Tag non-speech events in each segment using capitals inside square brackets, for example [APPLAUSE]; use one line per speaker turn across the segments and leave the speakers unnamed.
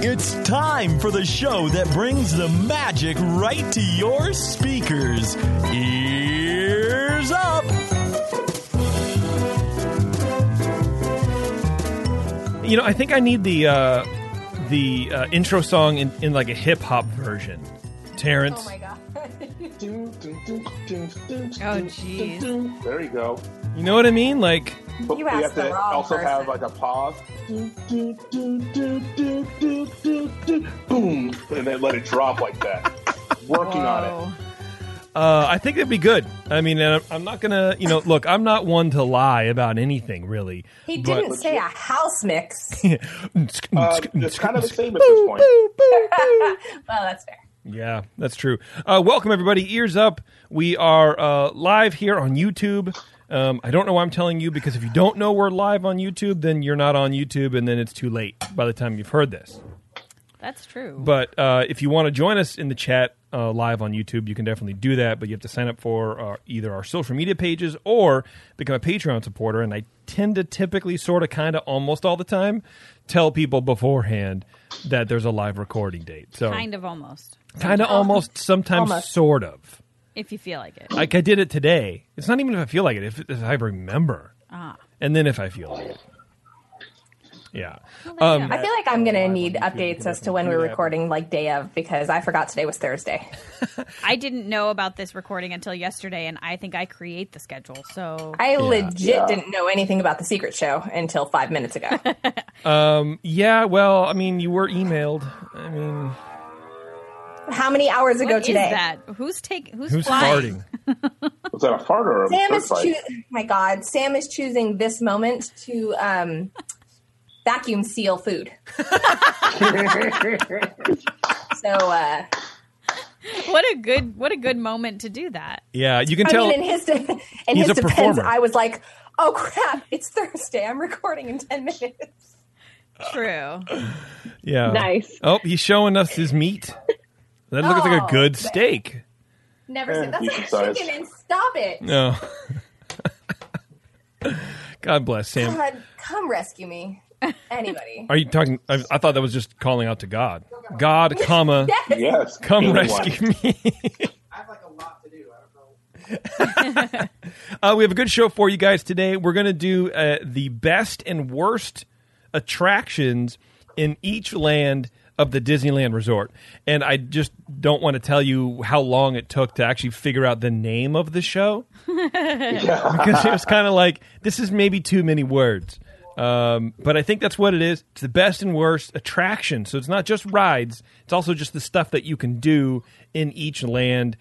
It's time for the show that brings the magic right to your speakers. Ears up!
You know, I think I need the uh, the uh, intro song in, in like a hip hop version. Terrence,
Oh my god.
Oh, jeez.
There you go.
you know what I mean? Like,
But
You
we
asked
have
the
to
wrong
also have
person.
like a pause. Boom. And then let it drop like
[LAUGHS]
that. Working on it.
Whoa.
uh, I think it'd be good. I mean, and I'm not gonna, you know, look, I'm not one to lie about anything, really.
He
But-
didn't say a house [LAUGHS] mix.
[SNIFFS]
Uh, it's kind of the same at this point.
well, that's fair.
Yeah, that's true. Uh, welcome everybody, ears up. We are uh, live here on YouTube. Um, I don't know why I'm telling you because if you don't know we're live on YouTube, then you're not on YouTube, and then it's too late by the time you've heard this.
That's true.
But uh, if you want to join us in the chat uh, live on YouTube, you can definitely do that. But you have to sign up for uh, either our social media pages or become a Patreon supporter. And I tend to typically, sort of, kind of, almost all the time, tell people beforehand that there's a live recording date. So
kind of almost.
kind of, almost, sometimes,
Almost.
sort of.
If you feel like it.
Like I did it today. It's not even if I feel like it. If, if I remember,
Ah.
and then if I feel like it. Yeah.
Well, there you
Um,
go.
I feel like I'm going to need updates as to when we're recording, like day of, because I forgot today was Thursday.
I didn't know about this recording until yesterday, and I think I create the schedule. So
I legit didn't know anything about the secret show until five minutes ago. [LAUGHS]
Yeah. Well, I mean, you were emailed. I mean,
How many hours
What
ago
is
today?
that? Who's take? Who's,
who's farting?
flying?
Was that a fart or a
Sam
dirt
is
bite?
choosing. My God, Sam is choosing this moment to um, vacuum seal [LAUGHS] food. so uh,
[LAUGHS] What a good what a good moment to do that.
Yeah, you can
I
tell.
mean, in his [LAUGHS] de- in
He's
his
a
defense,
performer.
I was like, "Oh crap, it's Thursday. I'm recording in ten minutes."
True.
yeah.
Nice.
Oh, he's showing us his meat. That looks like a
Oh,
good
but-
steak.
Never
Eh,
said that's
decent
not
size.
chicken. And stop it.
No. [LAUGHS] God bless Sam.
God, come rescue me, anybody.
[LAUGHS] Are you talking? I, I thought that was just calling out to God. God, comma,
Yes.
Yes.
come
Anyone.
rescue me. [LAUGHS] Uh, we have a good show for you guys today. We're going to do uh, the best and worst attractions in each land of the Disneyland Resort. And I just don't want to tell you how long it took to actually figure out the name of the show because it was kind of like this is maybe too many words. Um, but I think that's what it is. It's the best and worst attraction. So it's not just rides; it's also just the stuff that you can do in each land.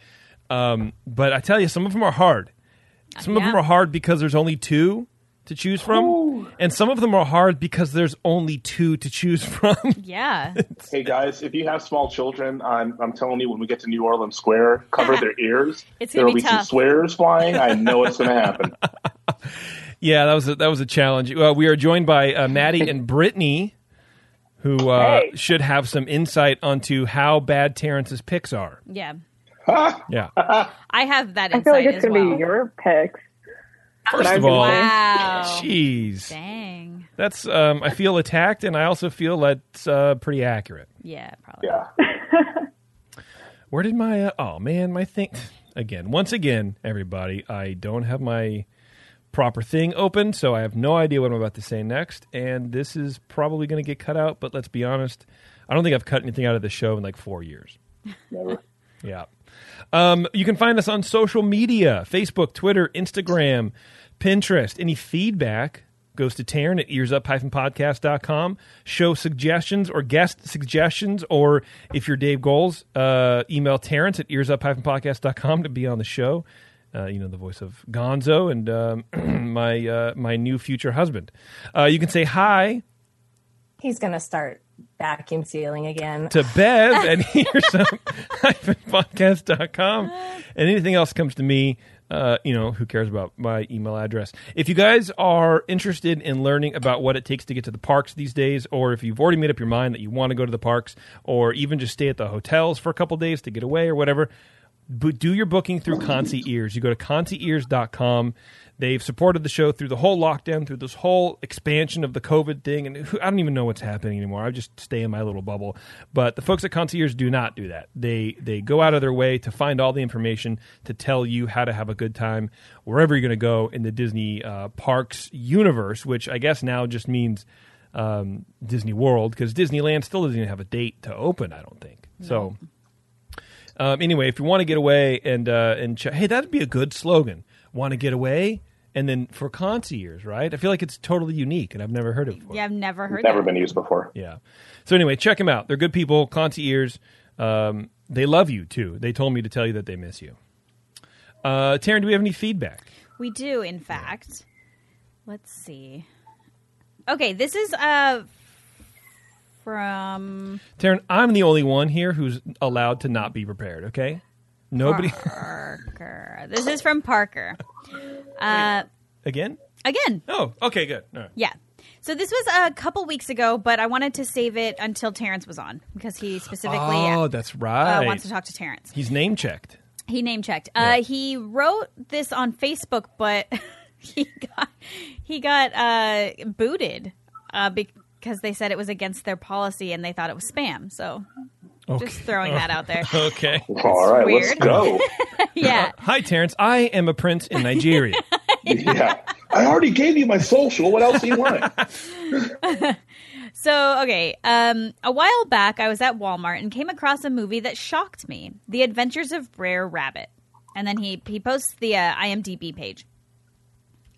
Um, but I tell you, some of them are hard. Some of
Yeah.
them are hard because there's only two to choose from, and some of them are hard because there's only two to choose [LAUGHS] from.
Yeah.
Hey guys, if you have small children, I'm, I'm telling you, when we get to New Orleans Square, cover their ears.
It's
there
gonna
will
be
be some
tough.
swears flying. I know it's going to happen.
yeah, that was a, that was a challenge. Uh, we are joined by uh, Maddie and Brittany, who uh,
Hey.
should have some insight onto how bad Terrence's picks are.
Yeah.
Yeah.
I have that
I
insight
feel like it's
as
going to
well.
be your picks.
First
I've
of
been
all,
lying.
wow. Oh,
jeez,
Dang.
that's um, I feel attacked, and I also feel that's uh, pretty accurate.
Yeah. Probably.
Yeah.
Where did my uh, oh man, my thing [SIGHS] again? Once again, everybody, I don't have my proper thing open, so I have no idea what I'm about to say next, and this is probably going to get cut out. But let's be honest, I don't think I've cut anything out of the show in like four years.
Never.
Yeah. Um, you can find us on social media Facebook, Twitter, Instagram, Pinterest. Any feedback goes to Taryn at earsup-podcast.com. Show suggestions or guest suggestions, or if you're Dave Goals, uh, email Terrence at earsup-podcast.com to be on the show. Uh, you know the voice of Gonzo and um, [CLEARS THROAT] my uh, my new future husband. Uh, you can say hi
He's gonna start vacuum sealing again.
to Bev and [LAUGHS] earsup-podcast.com. And anything else comes to me, uh, you know, who cares about my email address? If you guys are interested in learning about what it takes to get to the parks these days, or if you've already made up your mind that you want to go to the parks, or even just stay at the hotels for a couple days to get away or whatever, bo- do your booking through concierge you go to concierge.com they've supported the show through the whole lockdown through this whole expansion of the covid thing and who, i don't even know what's happening anymore i just stay in my little bubble but the folks at concierge do not do that they they go out of their way to find all the information to tell you how to have a good time wherever you're going to go in the disney uh, parks universe which i guess now just means um, Disney World because Disneyland still doesn't even have a date to open. I don't think so. Um, anyway, if you want to get away and uh, and ch- hey, that'd be a good slogan. Want to get away and then for concierge, right? I feel like it's totally unique and I've never heard it before.
Yeah, I've never heard
Never
that.
been used before.
Yeah. So anyway, check them out. They're good people, concierge. Um, they love you too. They told me to tell you that they miss you. Uh, Taryn, do we have any feedback?
We do, in fact. Let's see. Okay, this is uh from
Taryn, I'm the only one here who's allowed to not be prepared. Okay, nobody
Ah. Parker. this is from Parker. Uh,
[LAUGHS] again.
again,
Oh, okay, good. All right.
yeah. So this was a couple weeks ago, but I wanted to save it until Terrence was on because he specifically
Oh,
uh,
that's right.
wants to talk to Terrence.
He's name checked.
He name checked.
Yeah.
Uh, he wrote this on Facebook, but [LAUGHS] he got he got uh, booted uh, because they said it was against their policy and they thought it was spam. So just throwing that out there.
[LAUGHS] Okay.
All right, let's
weird.
go.
yeah.
Hi, Terrence. I am a prince in
[LAUGHS]
Nigeria.
yeah. I already gave you my social. What else do you want?
So okay, um, a while back I was at Walmart and came across a movie that shocked me: The Adventures of Brer Rabbit. And then he he posts the uh, IMDb page.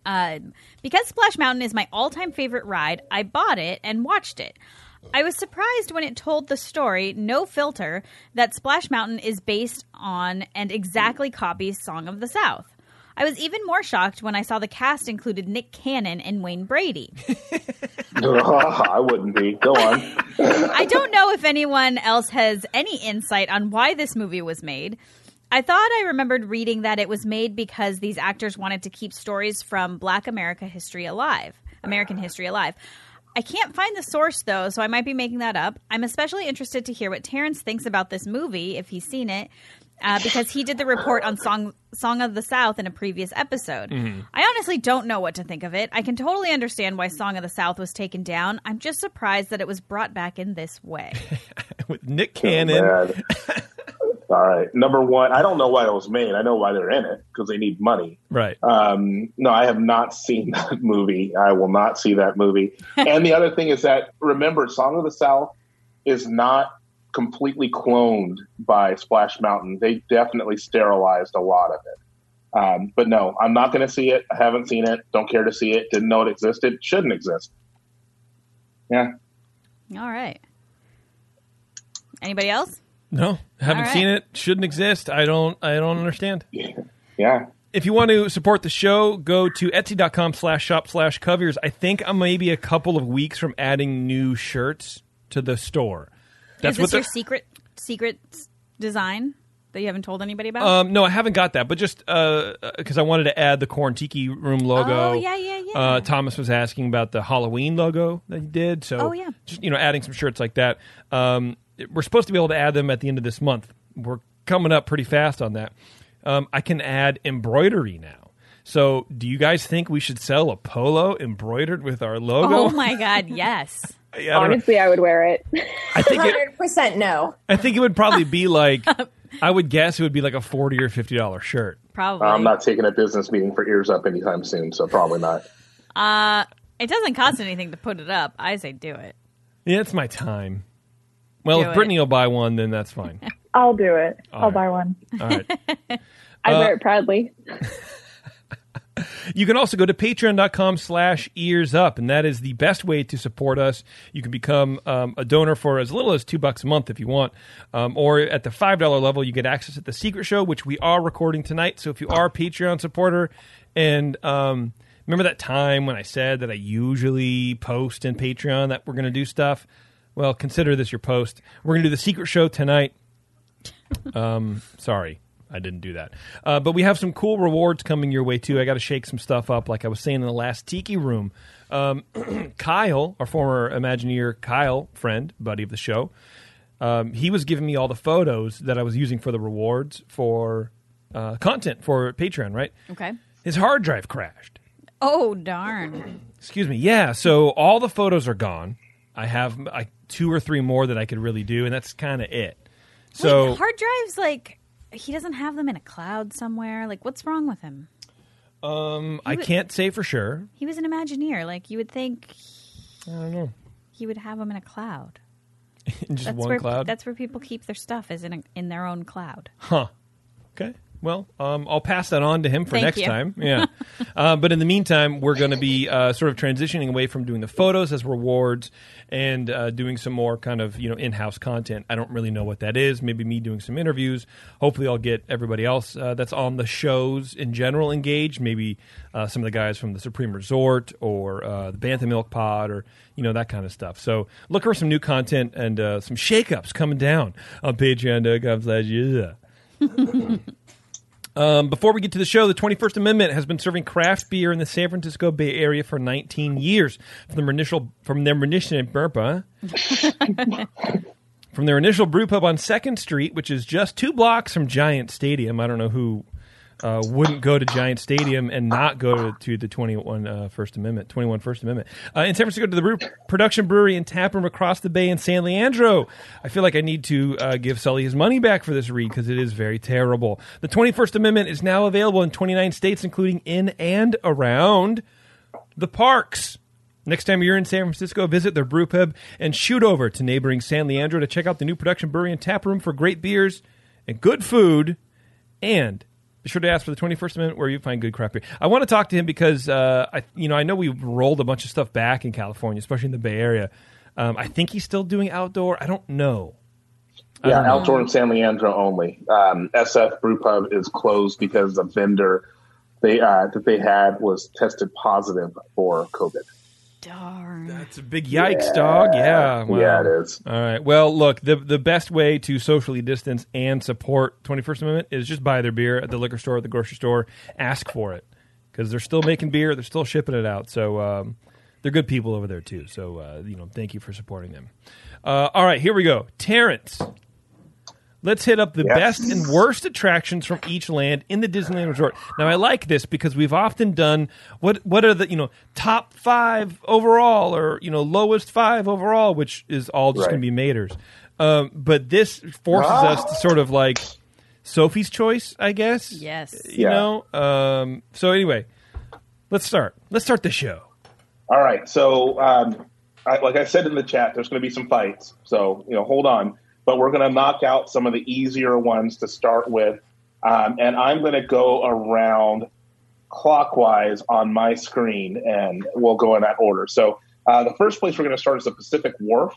Um, because Splash Mountain is my all time favorite ride, I bought it and watched it. I was surprised when it told the story, no filter, that Splash Mountain is based on and exactly copies Song of the South. I was even more shocked when I saw the cast included Nick Cannon and Wayne Brady.
[LAUGHS] I wouldn't be. Go on.
[LAUGHS] I don't know if anyone else has any insight on why this movie was made. I thought I remembered reading that it was made because these actors wanted to keep stories from Black America history alive, American history alive. I can't find the source though, so I might be making that up. I'm especially interested to hear what Terrence thinks about this movie if he's seen it. Uh, because he did the report on Song Song of the South in a previous episode.
Mm-hmm.
I honestly don't know what to think of it. I can totally understand why Song of the South was taken down. I'm just surprised that it was brought back in this
[LAUGHS]
way.
With Nick Cannon.
Man. All right. Number one, I don't know why it was made. I know why they're in it because they need money.
right.
Um, no, I have not seen [LAUGHS] that movie. I will not see that movie. and the other thing is that remember, Song of the South is not completely cloned by Splash Mountain. They definitely sterilized a lot of it. Um, but no, I'm not going to see it. I haven't seen it. Don't care to see it. Didn't know it existed. Shouldn't exist. Yeah.
All right. Anybody else?
no, haven't
All right.
seen it. Shouldn't exist. I don't. I don't understand.
Yeah.
If you want to support the show, go to etsy.com slash shop slash covers. I think I'm maybe a couple of weeks from adding new shirts to the store.
Is this
the-
your secret secret s- design that you haven't told anybody about?
Um, no, I haven't got that, but just because uh 'cause I wanted to add the Corn Tiki Room logo.
Oh, yeah, yeah, yeah.
Uh, Thomas was asking about the Halloween logo that he did. So,
Oh, yeah.
just you know, adding some shirts like that. Um, it- we're supposed to be able to add them at the end of this month. We're coming up pretty fast on that. Um, I can add embroidery now. So, do you guys think we should sell a polo embroidered with our logo?
[LAUGHS] oh my god, yes.
[LAUGHS] I, don't know.
Honestly, I would wear it. [LAUGHS]
I think it,
Hundred percent no.
I think it would probably
[LAUGHS]
be like I would guess it would be like a forty or fifty dollar shirt.
Probably.
I'm not taking a business meeting for ears up anytime soon, so probably not.
it doesn't cost anything to put it up. I say do it.
Yeah, it's my time. Well,
Do
if
it.
Brittany will buy one, then that's
[LAUGHS]
fine.
I'll do it.
All
I'll
right.
buy one.
All right.
I
Uh,
wear it proudly.
You can also go to patreon.com slash ears up, and that is the best way to support us. You can become um, a donor for as little as two bucks a month if you want. Um, or at the $5 level, you get access at the secret show, which we are recording tonight. So if you are a Patreon supporter and um, remember that time when I said that I usually post in Patreon that we're going to do stuff? Well, consider this your post. We're going to do the secret show tonight. Sorry, I didn't do that. Uh, but we have some cool rewards coming your way too. I got to shake some stuff up, like I was saying in the last Tiki Room. [CLEARS THROAT] Um, Kyle, our former Imagineer Kyle friend, buddy of the show, um, he was giving me all the photos that I was using for the rewards for uh, content for Patreon, right?
Okay.
His hard drive crashed.
Oh darn.
Excuse me. Yeah. So all the photos are gone. I have like two or three more that I could really do, and that's kind of it. So
Wait, hard drives like he doesn't have them in a cloud somewhere. Like what's wrong with him?
um, I can't say for sure.
He was an Imagineer. Like you would think. I don't know. He would have them in a cloud.
In just
That's
one
where
cloud.
that's where people keep their stuff is in a, in their own cloud.
Okay. Well, um, I'll pass that on to him for
Thank
next
you. [LAUGHS]
time. Yeah. uh, but in the meantime, we're going to be uh, sort of transitioning away from doing the photos as rewards and uh, doing some more kind of you know in-house content. I don't really know what that is. Maybe me doing some interviews. Hopefully, I'll get everybody else uh, that's on the shows in general engaged. Maybe uh, some of the guys from the Supreme Resort or uh, the Bantha Milk Pod or you know that kind of stuff. So look for some new content and uh, some shakeups coming down on Patreon.com/slash. yeah. Um, before we get to the show, the 21st Amendment has been serving craft beer in the San Francisco Bay Area for 19 years. From their initial, from their initial, burpa, from their initial brew pub on Second Street, which is just two blocks from Giant Stadium. I don't know who uh, wouldn't go to Giant Stadium and not go to, to the 21 uh, First Amendment, 21 First Amendment. Uh, in San Francisco, to the brew, production brewery and taproom across the bay in San Leandro. I feel like I need to uh, give Sully his money back for this read because it is very terrible. The 21st Amendment is now available in 29 states, including in and around the parks. Next time you're in San Francisco, visit their brew pub and shoot over to neighboring San Leandro to check out the new production brewery and tap room for great beers and good food. And be sure to ask for the 21st Amendment where you find good craft beer. I want to talk to him because uh, I, you know, I know we rolled a bunch of stuff back in California, especially in the Bay Area. Um, I think he's still doing outdoor. I don't know.
Yeah, outdoor and San Leandro only. Um, SF Brew Pub is closed because the vendor they uh, that they had was tested positive for COVID.
Darn.
It's a big yikes, dog. Yeah. wow.
Yeah, it is.
All right. Well, look, the the best way to socially distance and support 21st Amendment is just buy their beer at the liquor store, at the grocery store, ask for it because they're still making beer, they're still shipping it out. So um, they're good people over there too. So uh, you know, thank you for supporting them. Uh, all right, here we go, Terrence. Let's hit up the
Yes.
best and worst attractions from each land in the Disneyland Resort. Now, I like this because we've often done what what are the you know top five overall or you know lowest five overall, which is all just
Right.
going to be Maters. Um, but this forces
Ah.
us to sort of like Sophie's choice, I guess.
Yes.
You
Yeah.
know. Um, so anyway, let's start. Let's start the show.
All right. So, um, I, like I said in the chat, there's going to be some fights. So, you know, hold on. But we're going to knock out some of the easier ones to start with. Um, and I'm going to go around clockwise on my screen, and we'll go in that order. So, uh, the first place we're going to start is the Pacific Wharf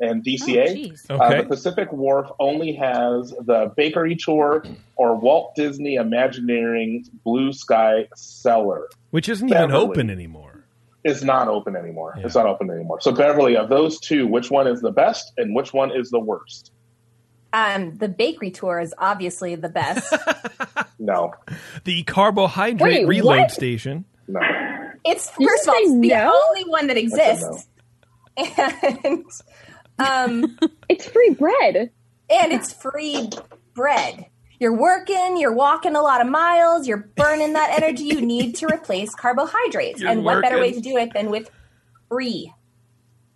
and
Oh,
DCA.
jeez.
Okay.
Uh, the Pacific Wharf only has the Bakery Tour or Walt Disney Imagineering's Blue Sky Cellar
Which isn't even
Beverly.
open anymore.
is not open anymore. It's not open anymore. So Beverly, of those two, which one is the best and which one is the worst?
Um, the bakery tour is obviously
[LAUGHS]
the best.
No,
The carbohydrate
Wait,
reload
what?
station.
no.
It's
You
first of all,
say
it's the
no?
only one that
said
exists, [LAUGHS] and um,
It's free bread.
and it's free bread. You're working, you're walking a lot of miles, you're burning that energy. You need to replace carbohydrates,
You're
and what better way to
working.
do it than with free?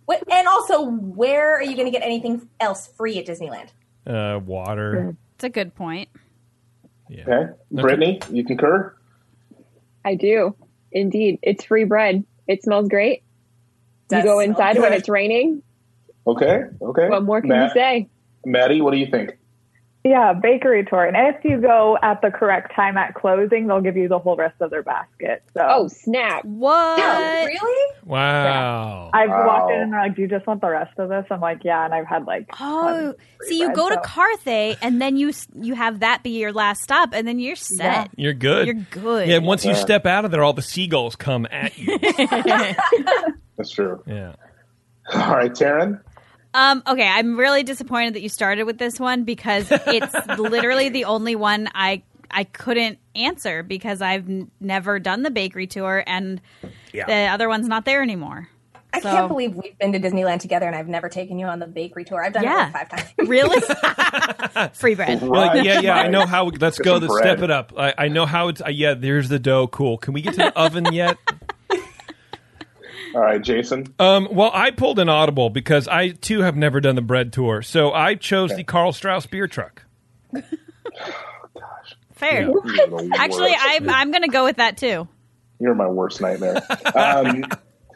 What, and also, where are you going to get anything else free at Disneyland?
Uh, water.
It's a good point.
Yeah.
Okay, Brittany, you concur?
I do. Indeed. It's free bread. It smells great.
Does
you go
smell
inside
good.
when it's raining.
Okay, okay.
What more can
Matt-
you say?
Maddie, what do you think?
Yeah, bakery tour. And if you go at the correct time at closing, they'll give you the whole rest of their basket. So
Oh, snap.
What?
No, really?
Wow.
I've walked in
Wow.
and they're like, Do you just want the rest of this? I'm like, Yeah, and I've had like
Oh,
tons of
see, you
bread,
go to
so-
Carthay, and then you s- you have that be your last stop, and then you're set.
You're good.
You're good.
Yeah, and
[LAUGHS]
once you
Yeah.
step out of there, all the seagulls come at you.
That's true.
yeah.
All right, Taryn.
Um, okay, I'm really disappointed that you started with this one because it's
[LAUGHS]
literally the only one I I couldn't answer because I've n- never done the bakery tour, and
Yeah.
the other one's not there anymore.
I
So-
can't believe we've been to Disneyland together and I've never taken you on the bakery tour. I've done it
Yeah.
like five times.
[LAUGHS]
Really? Free bread.
You're
Right,
like, yeah, yeah, I
right.
know how. Let's
Get
go.
some
Let's
bread.
step it up. I, I know how it's. Uh, yeah, there's the dough. Cool. Can we get to the oven yet?
All
[LAUGHS]
right, Jason.
Um, well, I pulled an audible because I too have never done the bread tour, so I chose the Carl Strauss beer truck.
Fair.
You're the
Actually,
worst.
I'm I'm gonna go with that too.
You're my worst nightmare. Um,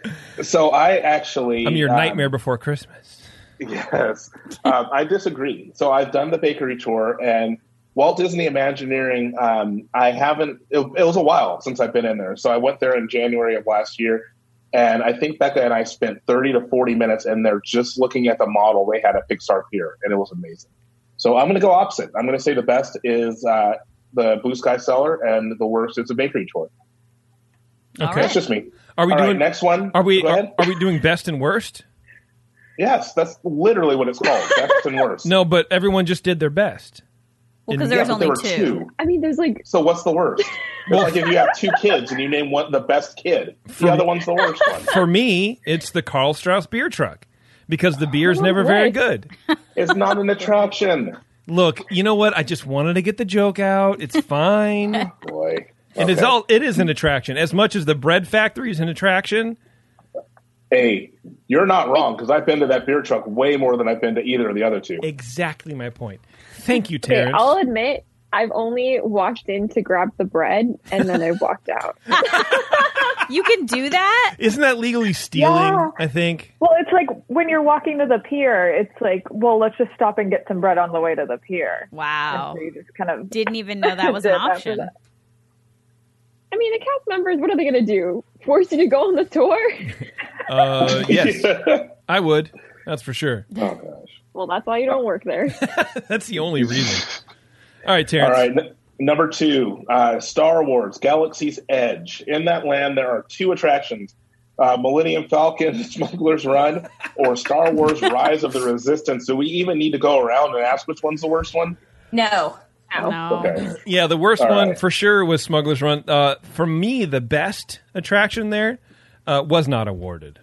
[LAUGHS] so I actually.
I'm your
um,
nightmare before Christmas.
[LAUGHS] Yes, um, I disagree. So I've done the bakery tour and Walt Disney Imagineering. Um, I haven't. It, it was a while since I've been in there. So I went there in January of last year, and I think Becca and I spent thirty to forty minutes in there just looking at the model they had at Pixar Pier, and it was amazing. So I'm going to go opposite. I'm going to say the best is uh, the Blue Sky Cellar, and the worst is a bakery tour.
All
Okay.
That's
right.
just me.
Are we
All right,
doing?
next one?
Are we
Go
are,
ahead.
are we doing best and worst?
yes, that's literally what it's called. Best and worst.
No, but everyone just did their best.
Well, because there
Yeah,
was
but
only
there were
two.
I mean, there's like
So what's the worst? It's like if you have two kids and you name one the best kid, the other one's the worst one.
For me, it's the Carl Strauss beer truck because the beer's
no
never very
way.
good.
It's not an attraction.
Look, you know what? I just wanted to get the joke out. It's fine.
Boy.
And it's
Okay.
all it is an attraction. As much as the bread factory is an attraction,
Hey, you're not wrong because I've been to that beer truck way more than I've been to either of the other two.
exactly my point. Thank you,
Okay,
Terrence.
I'll admit, I've only walked in to grab the bread and then I walked out.
You can do that.
Isn't that legally stealing?
Yeah.
I think.
Well, it's like when you're walking to the pier, it's like, well, let's just stop and get some bread on the way to the pier.
Wow.
So you just kind of
Didn't even know
[LAUGHS]
that was an
[LAUGHS] Dip after
option.
that.
I mean, the cast members, what are they going to do? Force you to go on
[LAUGHS]
the tour?
[LAUGHS]
Uh, yes, I would. That's for sure.
oh gosh.
Well, that's why you don't work there.
Uh, That's the only reason. All right, Terrence.
All right. n- Number two, uh, Star Wars: Galaxy's Edge. In that land, there are two attractions: uh, Millennium Falcon, [LAUGHS] Smuggler's Run, or Star Wars: Rise of the Resistance. Do we even need to go around and ask which one's the worst one?
No.
No.
Okay.
Yeah, the worst
All
one
right.
for sure was Smuggler's Run. Uh, for me, the best attraction there uh, was not awarded.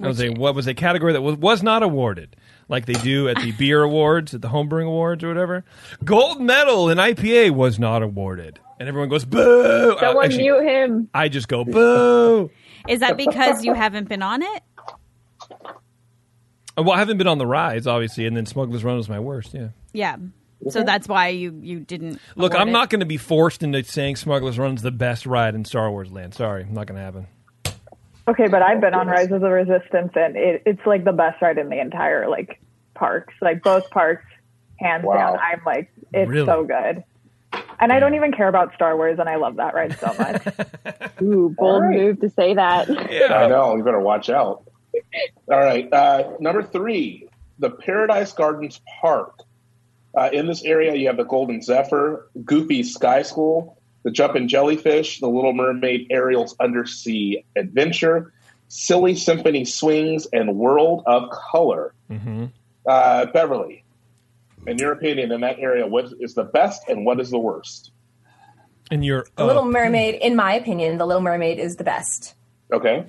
That was a what was a category that was, was not awarded, like they do at the beer awards, at the homebrewing awards, or whatever. Gold medal in IPA was not awarded, and everyone goes boo. Uh,
Someone
actually,
mute him.
I just go boo.
Is that because you haven't been on it?
Uh, well, I haven't been on the rides, obviously, and then Smuggler's Run was my worst. Yeah.
Yeah.
Mm-hmm.
So that's why you you didn't.
Look,
award
I'm
it.
not going to be forced into saying Smuggler's Run's the best ride in Star Wars Land. Sorry, not going to happen.
Okay, but I've been on Rise of the Resistance, and it, it's like the best ride in the entire like parks, like both parks, hands
Wow.
down. I'm like, it's
Really?
so good, and I don't even care about Star Wars, and I love that ride so
[LAUGHS]
much.
Ooh, bold
right.
move to say that.
I
Um,
know. You better watch out. All right. Uh, number three, the Paradise Gardens Park. Uh, in this area, you have the Golden Zephyr, Goopy Sky School, the Jumpin' Jellyfish, the Little Mermaid Ariel's Undersea Adventure, Silly Symphony Swings, and World of Color. Uh, Beverly, in your opinion, in that area, what is the best and what is the worst?
And you're uh,
The Little Mermaid, in my opinion, The Little Mermaid is the best.
Okay.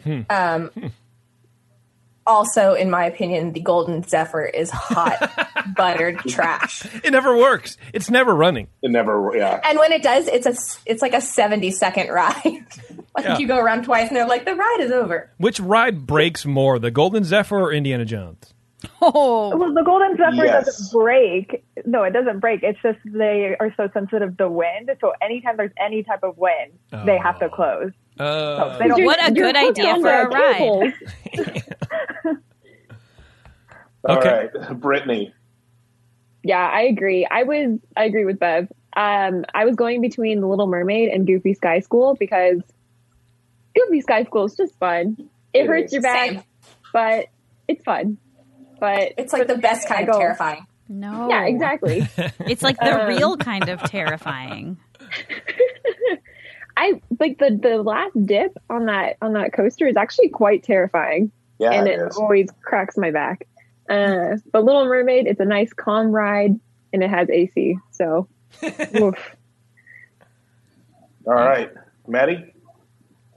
Also, in my opinion, the Golden Zephyr is hot,
[LAUGHS]
buttered trash.
It never works. It's never running.
It never, yeah.
And when it does, it's a s- it's like a seventy second ride. [LAUGHS] like
Yeah.
you go around twice, and they're like, the ride is over.
Which ride breaks more, the Golden Zephyr or Indiana Jones?
Oh,
Well, the Golden Zephyr
Yes.
doesn't break. No, it doesn't break. It's just they are so sensitive to wind. So anytime there's any type of wind, they have to close.
Uh,
They don't.
What a good
hooked
idea
on
for
the
a ride.
cables.
All
Okay.
right. [LAUGHS] Brittany.
[LAUGHS] Yeah, I agree. I was I agree with Bev. Um, I was going between The Little Mermaid and Goofy Sky School because Goofy Sky School is just fun. It,
It
hurts
is.
your back,
Same.
but it's fun. But
It's like the best kind
I
of
go-
terrifying.
no.
Oh.
yeah, exactly.
It's like the
Um,
real kind of terrifying.
I like the the last dip on that on that coaster is actually quite terrifying,
Yeah,
and
it
it
is.
always cracks my back. Uh, but Little Mermaid, it's a nice calm ride, and it has AC. So,
[LAUGHS]
oof.
All right, Maddie. Is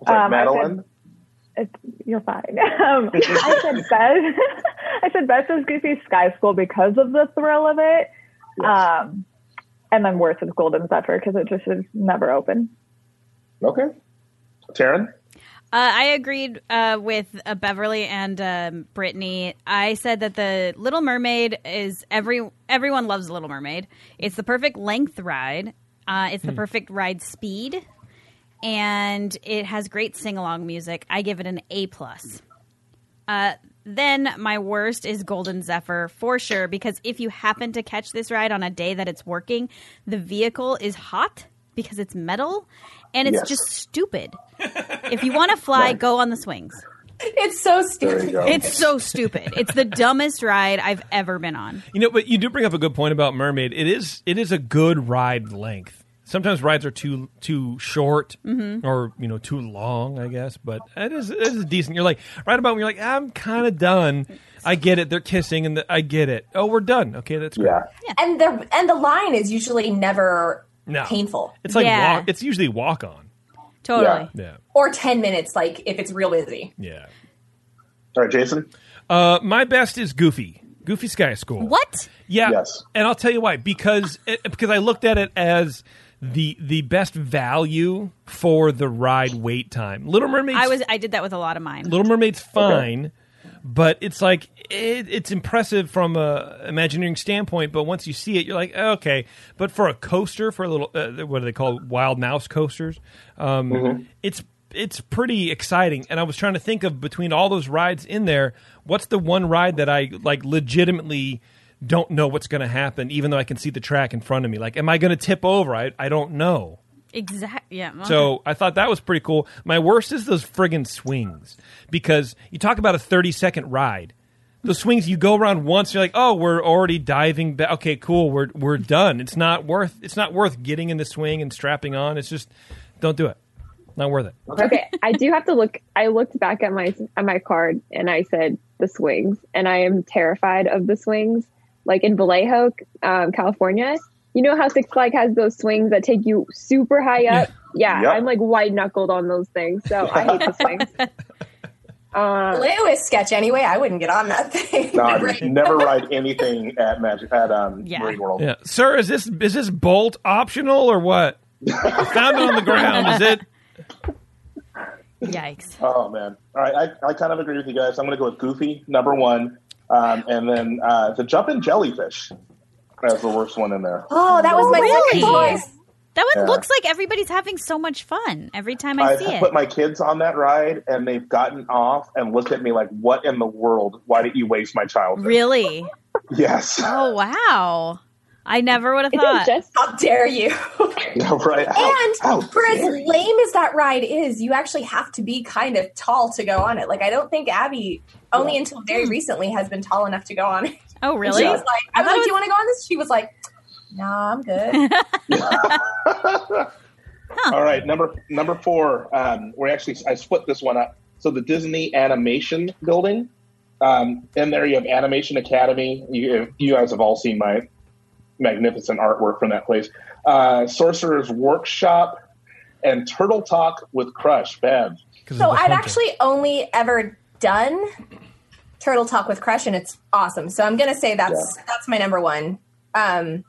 that
Um, I
Madeline?
it's, you're fine. [LAUGHS] Um, I said Beth. [LAUGHS] I said Beth is Goofy Sky School because of the thrill of it. Um, and then worse is Golden Zephyr because it just is never open.
Okay. Taryn?
Uh, I agreed uh, with uh, Beverly and um, Brittany. I said that the Little Mermaid is every everyone loves Little Mermaid. It's the perfect length ride. Uh, it's the perfect ride speed, and it has great sing along music. I give it an A plus. Uh, then my worst is Golden Zephyr for sure because if you happen to catch this ride on a day that it's working, the vehicle is hot because it's metal, and it's
Yes.
just stupid. If you want to fly, go on the swings.
It's so
There
stupid.
you go.
It's so stupid. It's the dumbest ride I've ever been on.
You know, but you do bring up a good point about Mermaid. It is it is a good ride length. Sometimes rides are too too short or you know too long, I guess. But it is it is decent. You're like right about when you're like I'm kind of done. I get it. They're kissing and the, I get it. Oh, we're done. Okay, that's great.
yeah.
And the and the line is usually never
No.
painful
It's like
Yeah.
walk. It's usually walk on.
Totally.
Yeah,
or ten minutes, like if it's real busy.
yeah.
All right,
[LAUGHS]
Jason?
Uh, my best is Goofy. Goofy Sky School.
What?
Yeah.
Yes.
And I'll tell you why because it, because I looked at it as the the best value for the ride wait time. Little Mermaid.
I was I did that with a lot of mine.
Little Mermaid's fine, but it's like it, it's impressive from a Imagineering standpoint. But once you see it, you're like, "Oh, okay. But for a coaster, for a little, uh, what do they call it? wild mouse coasters? Um, It's it's pretty exciting. And I was trying to think of between all those rides in there, what's the one ride that I like legitimately don't know what's going to happen, even though I can see the track in front of me. Like, am I going to tip over? I I don't know.
Exactly. Yeah. well,
So I thought that was pretty cool. My worst is those friggin' swings because you talk about a 30 second ride. The swings you go around once, you're like, oh, we're already diving. Ba- okay, cool, we're we're done. It's not worth it's not worth getting in the swing and strapping on. It's just don't do it. Not worth it.
Okay, I do have to look. I looked back at my at my card and I said the swings, and I am terrified of the swings. Like in Vallejo, um, California, you know how Six Flags has those swings that take you super high up. Yeah,
Yeah.
I'm like white knuckled on those things, so I hate the swings. Um,
Leo is sketch anyway. I wouldn't get on that thing.
No, I
Right.
just never ride anything at Magic at um,
Yeah.
Marine World.
Yeah, sir, is this is this bolt optional or what? I found it on the ground. Is it?
yikes.
Oh man! All right, I, I kind of agree with you guys. I'm going to go with Goofy number one, um, and then uh, the jumping jellyfish as the worst one in there.
Oh, that was my second
Really?
choice.
That one
Yeah.
looks like everybody's having so much fun every time I
I've
see it.
put my kids on that ride, and they've gotten off and looked at me like, "What in the world? Why did you waste my childhood?"
really?
Yes,
Oh wow. I never would have
is
thought.
it just
How dare you?
[LAUGHS] Yeah, right.
And
Ow, ow.
for as lame as that ride is, you actually have to be kind of tall to go on it. Like I don't think Abby, only until very recently, has been tall enough to go on it. [LAUGHS]
oh really?
She was like, "I'm like, do you want to go on this?" She was like, "Nah, I'm good."
All right, number number four. Um, we're actually I split this one up. So the Disney Animation Building. Um, in there, you have Animation Academy. You, you guys have all seen my magnificent artwork from that place. Uh, Sorcerer's Workshop and Turtle Talk with Crush. Bev.
'Cause
so
of the
I've
hunter.
actually only ever done Turtle Talk with Crush, and it's awesome. So I'm gonna say that's that's my number one. Um,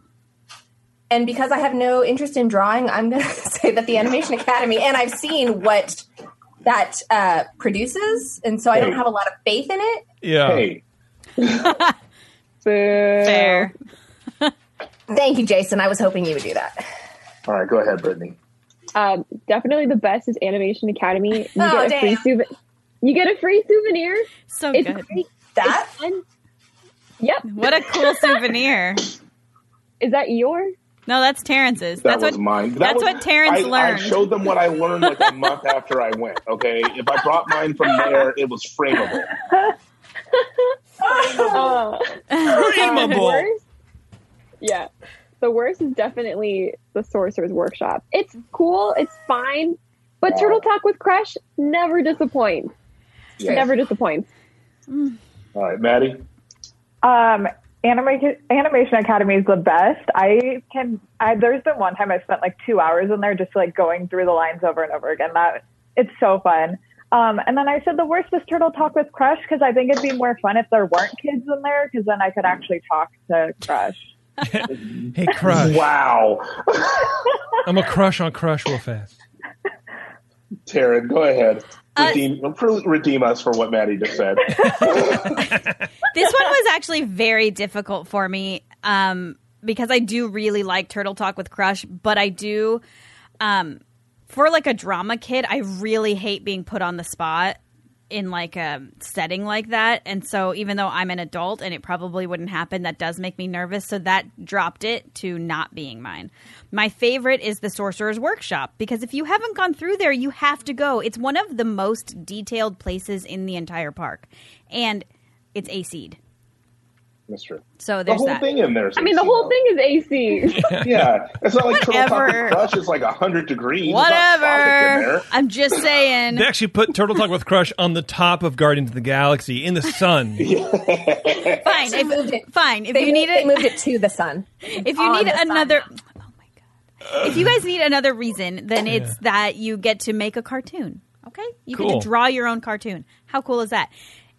and because I have no interest in drawing, I'm gonna [LAUGHS] say that the Animation Academy, and I've seen what that uh, produces, and so I don't
Hey.
have a lot of faith in it.
yeah.
Hey,
fair?
Fair.
Thank you, Jason. I was hoping you would do that.
all right, go ahead, Brittany.
Um, definitely the best is Animation Academy. You
Oh,
get a free
damn.
souvenir. You get a free souvenir.
So
It's
Oh, good.
great.
That
Fun. Yep.
What a cool souvenir.
Is that yours?
No, that's Terrence's.
That
that's
was
what
mine. That
that's
was-
what Terrence
I,
learned.
I showed them what I learned like a month [LAUGHS] after I went. Okay, if I brought mine from there, it was frameable.
Uh, the
Dreamable.
worst, yeah. The worst is definitely the Sorcerer's Workshop. It's cool. It's fine. But Turtle Talk with Crush never disappoints.
Yeah.
Never disappoints.
All right, Maddie.
Um, Anima- Animation Academy is the best. I can. I, there's been one time I spent like two hours in there just like going through the lines over and over again. That it's so fun. Um, and then I said the worst was Turtle Talk with Crush because I think it'd be more fun if there weren't kids in there because then I could actually talk to Crush.
Hey, Crush.
Wow.
I'm a crush on Crush real fast.
Taryn, go ahead.
Uh,
Redeem, redeem us for what Maddie just
[LAUGHS]
said.
this one was actually very difficult for me um, because I do really like Turtle Talk with Crush, but I do, um, for like a drama kid, I really hate being put on the spot in like a setting like that. And so even though I'm an adult and it probably wouldn't happen, that does make me nervous. So that dropped it to not being mine. My favorite is the Sorcerer's Workshop because if you haven't gone through there, you have to go. It's one of the most detailed places in the entire park. And it's AC'd.
That's true.
So
The
there's
whole
that.
thing in there. is
I mean, the
AC,
whole
though.
thing is AC.
[LAUGHS]
Yeah, it's not like Turtle Talk
Whatever.
with Crush is like hundred degrees. It's not solid in
Whatever.
there.
I'm just
[LAUGHS]
saying.
They actually put Turtle Talk with Crush on the top of Guardians of the Galaxy in the
[LAUGHS]
sun.
fine.
They moved it.
If, fine. If
They,
you need
they
it,
moved it to the
[LAUGHS]
sun.
if you
on
need
the sun
another.
now.
Oh my god. If you guys need another reason, then it's that you get to make a cartoon. Okay, you
Cool.
get to draw your own cartoon. How cool is that?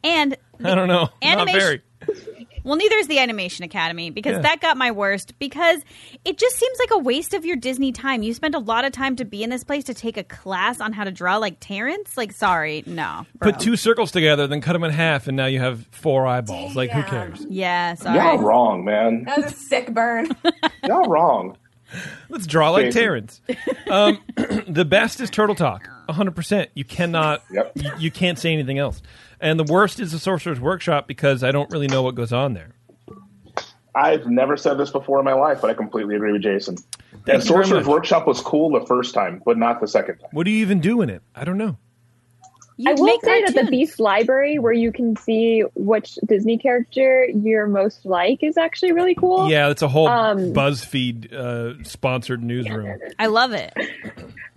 And
I don't know.
Animation-
Not very.
Well, neither is the Animation Academy because
Yeah.
that got my worst because it just seems like a waste of your Disney time. You spend a lot of time to be in this place to take a class on how to draw like Terrence. Like, sorry, no. Bro.
Put two circles together, then cut them in half, and now you have four eyeballs. Like, who cares?
Yeah, sorry.
Y'all wrong,
[LAUGHS]
man.
That was a sick burn.
Y'all wrong.
Let's draw like
Jason.
Terrence. Um, [CLEARS THROAT] the best is Turtle Talk. 100%. You cannot,
Yep.
you, you can't say anything else. And the worst is the Sorcerer's Workshop because I don't really know what goes on there.
I've never said this before in my life, but I completely agree with Jason. and
you very
Sorcerer's
much.
Workshop was cool the first time, but not the second time.
What do you even do in it? I don't know.
You
I will
make
say that the
cartoons.
Beast Library, where you can see which Disney character you're most like, is actually really cool.
Yeah, it's a whole
Um,
BuzzFeed uh, sponsored newsroom.
I love it.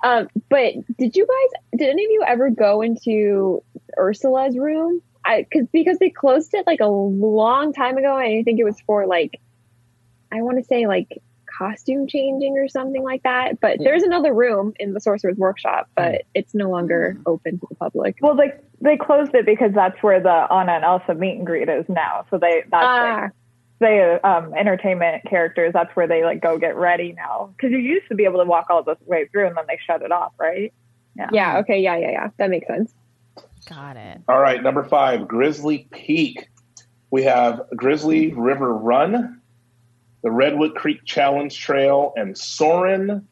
Um, but did you guys? Did any of you ever go into Ursula's room? I because because they closed it like a long time ago, and I think it was for like, I want to say like costume changing or something like that. But there's another room in the Sorcerer's Workshop, but it's no longer open to the public.
Well, they they closed it because that's where the Anna and Elsa meet and greet is now. So they that's like,
Ah,
they um, entertainment characters. That's where they like go get ready now because you used to be able to walk all the way through and then they shut it off, right?
yeah. Okay. Yeah. Yeah. Yeah. That makes sense.
Got it.
All right, number five, Grizzly Peak. We have Grizzly River Run, the Redwood Creek Challenge Trail, and Soarin'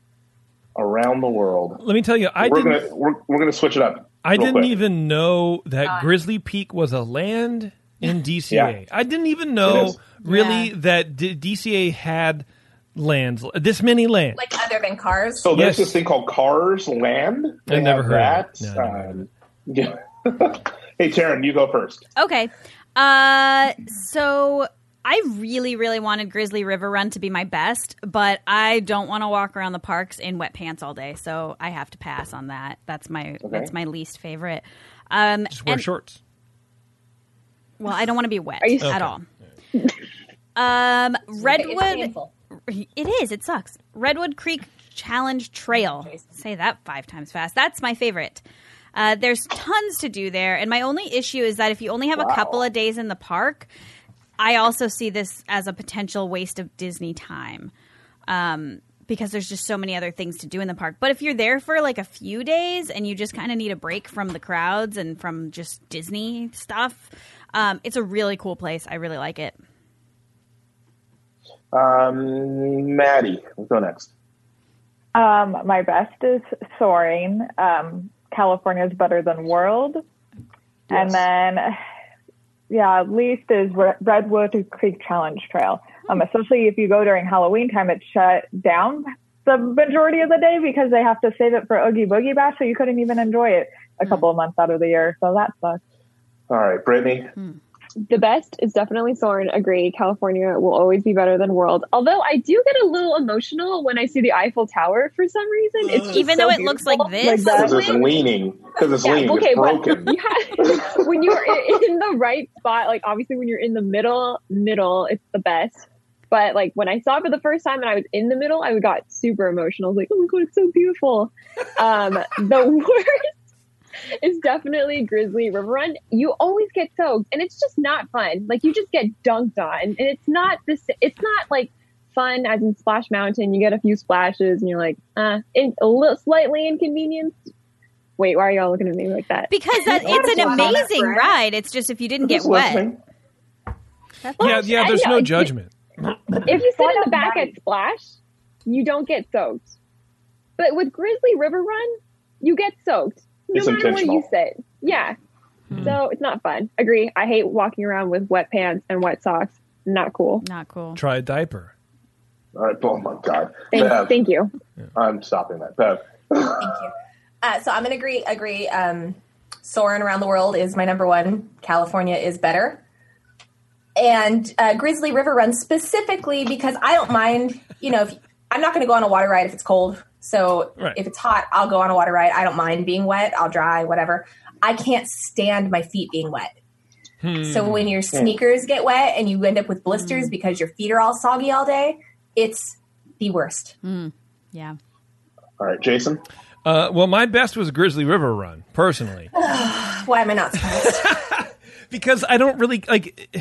Around the World.
Let me tell you, I
we're
didn't.
gonna we're, we're gonna switch it up.
I
real
didn't
quick.
even know that Grizzly Peak was a land in DCA. I didn't even know
is.
really
Yeah.
that D- DCA had lands this many lands.
like other than cars.
So
Yes.
there's this thing called Cars Land. They
never
have
heard of it.
that.
No, I never
Um, [LAUGHS] yeah. hey, Taryn, you go first.
Okay. Uh, so I really, really wanted Grizzly River Run to be my best, but I don't want to walk around the parks in wet pants all day, so I have to pass on that. That's my that's my least favorite. Um,
Just wear
and-
shorts.
Well, I don't want to be wet
Are you-
at all. Um,
It's
Redwood.
painful.
It is. It sucks. Redwood Creek Challenge Trail. Say that five times fast. That's my favorite. Uh, there's tons to do there, and my only issue is that if you only have a couple of days in the park, I also see this as a potential waste of Disney time um, because there's just so many other things to do in the park. But if you're there for like a few days and you just kind of need a break from the crowds and from just Disney stuff, um, it's a really cool place. I really like it.
Um, Maddie, go next.
Um, my best is soaring. Um, California's better than world, and then yeah, least is Re- Redwood Creek Challenge Trail. Um, especially if you go during Halloween time, it's shut down the majority of the day because they have to save it for Oogie Boogie Bash, so you couldn't even enjoy it a couple of months out of the year. So that sucks.
All right, Brittany.
the best is definitely Soren. Agree. California will always be better than world. Although I do get a little emotional when I see the Eiffel Tower for some reason. It's just
Even
so
though it looks like
beautiful.
this,
Like
Because it's leaning. Because it's leaning. it's broken.
[LAUGHS] but you have, when you're i- in the right spot, like obviously when you're in the middle, middle, it's the best. But like when I saw it for the first time and I was in the middle, I got super emotional. I was like, oh my god, it's so beautiful. Um, the [LAUGHS] worst is definitely Grizzly River Run. You always get soaked, and it's just not fun. Like you just get dunked on, and it's not this. It's not like fun as in Splash Mountain. You get a few splashes, and you're like, uh, in, a little slightly inconvenienced. Wait, why are y'all looking at me like that?
because that it's an
Waterfall.
amazing ride. It's just if you didn't get
Just
wet,
listening.
yeah,
Well,
yeah.
I
There's
know.
no judgment.
if you sit in the back
night.
at Splash, you don't get soaked. But with Grizzly River Run, you get soaked no
It's
matter where you
intentional.
sit. Yeah. So it's not fun. Agree. I hate walking around with wet pants and wet socks. Not cool.
not cool.
Try a diaper.
All right. Oh my God.
Thank,
Bev,
thank you.
I'm stopping that. Bev.
Thank you. Uh, so I'm gonna agree. Agree. Um, Soarin' around the world is my number one. California is better. And uh, Grizzly River Run specifically because I don't mind. You know, if I'm not gonna go on a water ride if it's cold. So
Right.
if it's hot, I'll go on a water ride. I don't mind being wet. I'll dry, whatever. I can't stand my feet being wet. So when your sneakers get wet and you end up with blisters because your feet are all soggy all day, it's the worst.
Yeah.
All right, Jason.
Uh, well, my best was Grizzly River Run, personally.
Why am I not surprised?
because I don't really like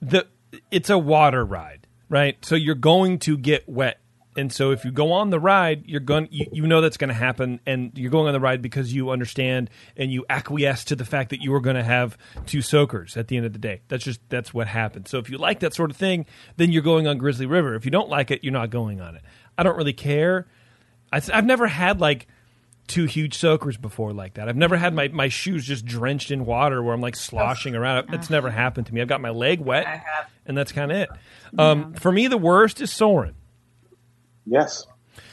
the. It's a water ride, right? So you're going to get wet, and so if you go on the ride, you're going. You, you know that's going to happen, and you're going on the ride because you understand and you acquiesce to the fact that you are going to have two soakers at the end of the day. That's just that's what happens. So if you like that sort of thing, then you're going on Grizzly River. If you don't like it, you're not going on it. I don't really care. I, have never had like two huge soakers before like that. I've never had my, my shoes just drenched in water where I'm like sloshing around. That's never happened to me. I've got my leg wet, and that's kind of it. Um, For me, the worst is Soren.
Yes.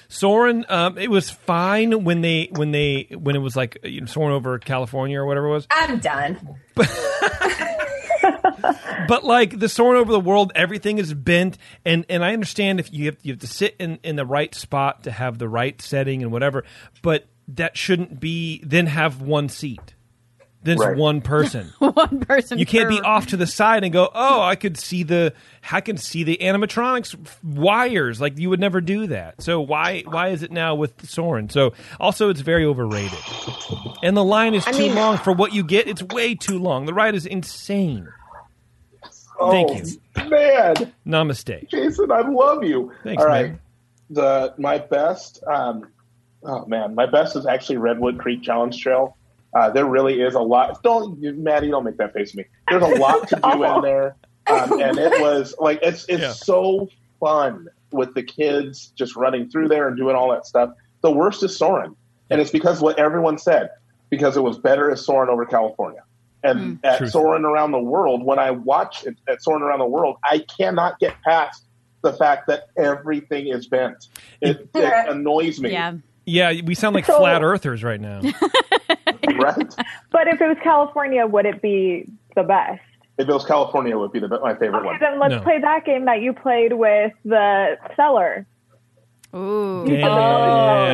Soren, um, it was fine when they when they when it was like you know, Soren over California or whatever it was.
I'm done.
but like the soaring over the world, everything is bent, and and I understand if you have you have to sit in in the right spot to have the right setting and whatever, but that shouldn't be then have one seat. Then it's
Right.
one person.
[LAUGHS] One person.
You can't be
per-
off to the side and go, "Oh, I could see the I can see the animatronics f- wires." Like you would never do that. So why why is it now with Soren? So also it's very overrated. And the line is too
mean-
long for what you get. It's way too long. The ride is insane. Thank you.
you. Oh, Man,
Namaste.
Jason, I love you.
Thanks,
All right.
man.
The my best um oh man, my best is actually Redwood Creek Challenge Trail. Uh, there really is a lot. Don't, Maddie, don't make that face at me. There's a lot to do in there, um, and it was like it's it's
Yeah.
so fun with the kids just running through there and doing all that stuff. The worst is Soren, and it's because what everyone said because it was better as Soren over California. And at
Truth.
Soren around the world, when I watch it at Soren around the world, I cannot get past the fact that everything is bent. It, it annoys me,
Yeah.
Yeah, we sound like
[LAUGHS]
So-
Oh.
flat earthers right now.
[LAUGHS] right?
But if it was California, would it be the best?
If it was California, it would be the, my favorite
Okay,
one.
then let's
No.
play that game that you played with the seller.
Ooh.
You said the seller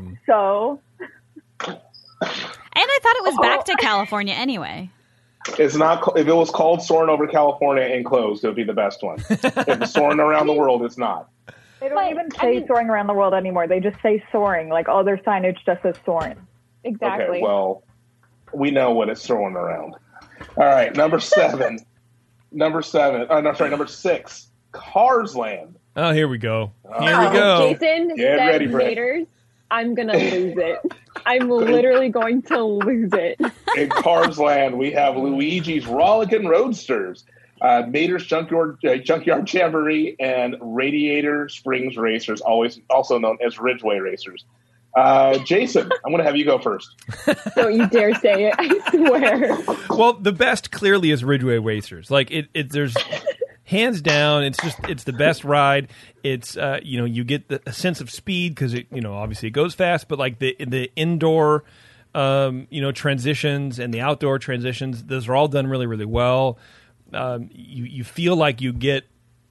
was closed,
Damn.
so
And I thought it was back
Oh.
to California anyway.
It's not. If it was called Soren over California and closed, it would be the best one. if it's Soren around the world, it's not.
they don't
But,
even say
I mean-
soaring around the world anymore. They just say soaring. Like all their signage just says soaring.
Exactly.
Okay, well, we know what it's throwing around. All right, number seven. number seven. Uh, no, sorry, number six. Cars Land.
Oh, here we go. Here
Oh,
we go.
Jason
Get
said
ready, Brett.
haters. I'm gonna lose it. I'm literally going to lose it.
In Cars Land, we have Luigi's Rollickin' Roadsters, uh, Mater's Junkyard, uh, Junkyard Jamboree, and Radiator Springs Racers, always also known as Ridgeway Racers. Uh, Jason, I'm going to have you go first.
Don't you dare say it. I swear.
Well, the best clearly is Ridgeway Racers. Like it, it there's hands down. It's just it's the best ride. It's uh, you know you get the, a sense of speed because it you know obviously it goes fast, but like the the indoor um, you know transitions and the outdoor transitions, those are all done really really well. Um, you you feel like you get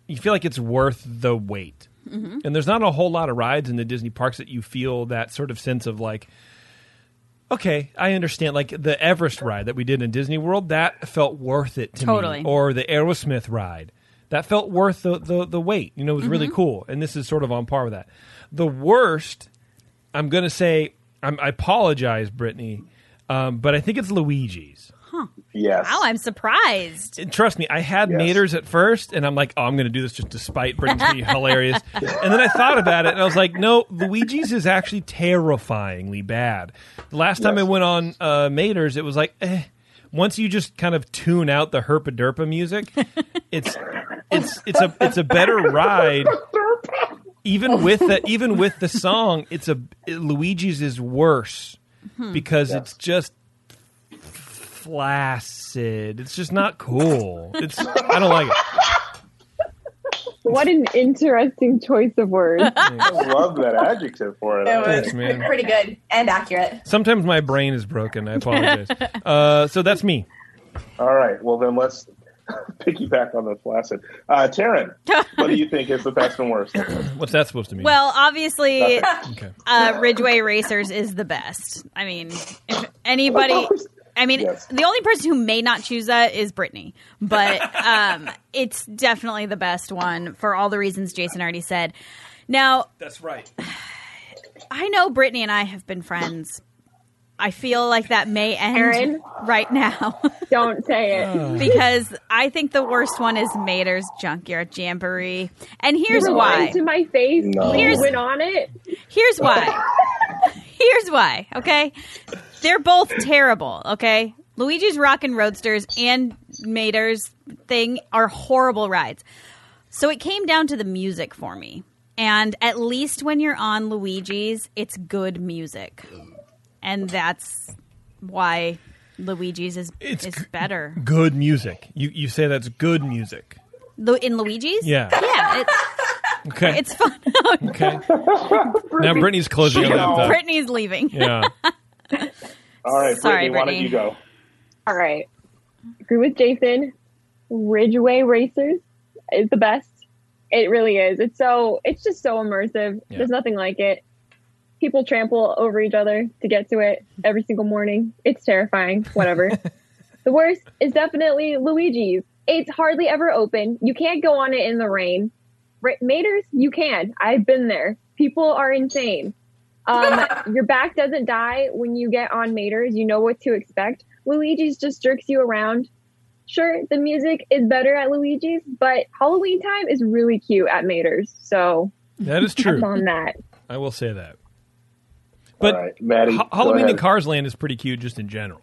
you feel like it's worth the wait. And there's not a whole lot of rides in the Disney parks that you feel that sort of sense of like Okay, I understand. Like the Everest ride that we did in Disney World, that felt worth it to
Totally.
me. Or the Aerosmith ride, that felt worth the the, the wait. You know, it was really cool. And this is sort of on par with that. The worst, I'm going to say, I'm, I apologize, Brittany. um, but I think it's Luigi's.
Yes.
Wow, I'm surprised.
And trust me, I had
Yes.
Mater's at first, and I'm like, oh, I'm going to do this just to spite Brittany to be hilarious. And then I thought about it, and I was like, no, Luigi's is actually terrifyingly bad. The last time
Yes.
I went on uh, Mater's, it was like, eh. Once you just kind of tune out the herpa derpa music, it's it's it's a it's a better
[LAUGHS]
ride. Even with the even with the song, it's a Luigi's is worse
Hmm.
because it's just flaccid. It's just not cool. It's I don't like it.
What an interesting choice of words.
I love that adjective for it.
It was
Thanks, man.
pretty good and accurate.
Sometimes my brain is broken. I apologize. Uh, so that's me.
All right. Well, then let's [LAUGHS] piggyback on the flaccid. Uh, Taryn, what do you think is the best and worst?
What's that supposed to mean?
Well,
[LAUGHS]
obviously,
okay.
uh, Ridgeway Racers is the best. I mean, if anybody. I mean,
Yes.
the only person who may not choose that is Brittany, but
[LAUGHS]
um, it's definitely the best one for all the reasons Jason already said. Now,
that's right.
I know Brittany and I have been friends. I feel like that may end
Erin?
right now [LAUGHS]
Don't say it.
because I think the worst one is Mater's Junkyard Jamboree. And here's
You were lying
why.
to my face.
No.
You
Here's-
went on it.
Here's why. Here's why, okay? They're both terrible, okay? Luigi's Rockin' Roadsters and Mater's thing are horrible rides. So it came down to the music for me. And at least when you're on Luigi's, it's good music. And that's why Luigi's is
It's
is
g-
better.
Good music. You you say that's good music.
Lu- in Luigi's?
Yeah.
Yeah, it's,
Okay.
it's fun. [LAUGHS] Oh, no.
[LAUGHS]
okay. Now Brittany's closing on that.
No.
thought.
Brittany's leaving.
Yeah.
All right, Brittany,
Sorry,
why don't
Brittany.
you go?
All right. Agree with Jason. Ridgeway Racers is the best. It really is. It's so it's just so immersive.
Yeah.
There's nothing like it. People trample over each other to get to it every single morning. It's terrifying. Whatever. the worst is definitely Luigi's. It's hardly ever open. You can't go on it in the rain. Ra- Maters, you can. I've been there. People are insane.
[LAUGHS]
Um, your back doesn't die when you get on Maters. You know what to expect. Luigi's just jerks you around. Sure, the music is better at Luigi's, but Halloween time is really cute at Maters. So
That is true.
it's on that.
I will say that. But
All right, Maddie,
Ha-
go
Halloween in
ahead.
Cars Land is pretty cute just in general.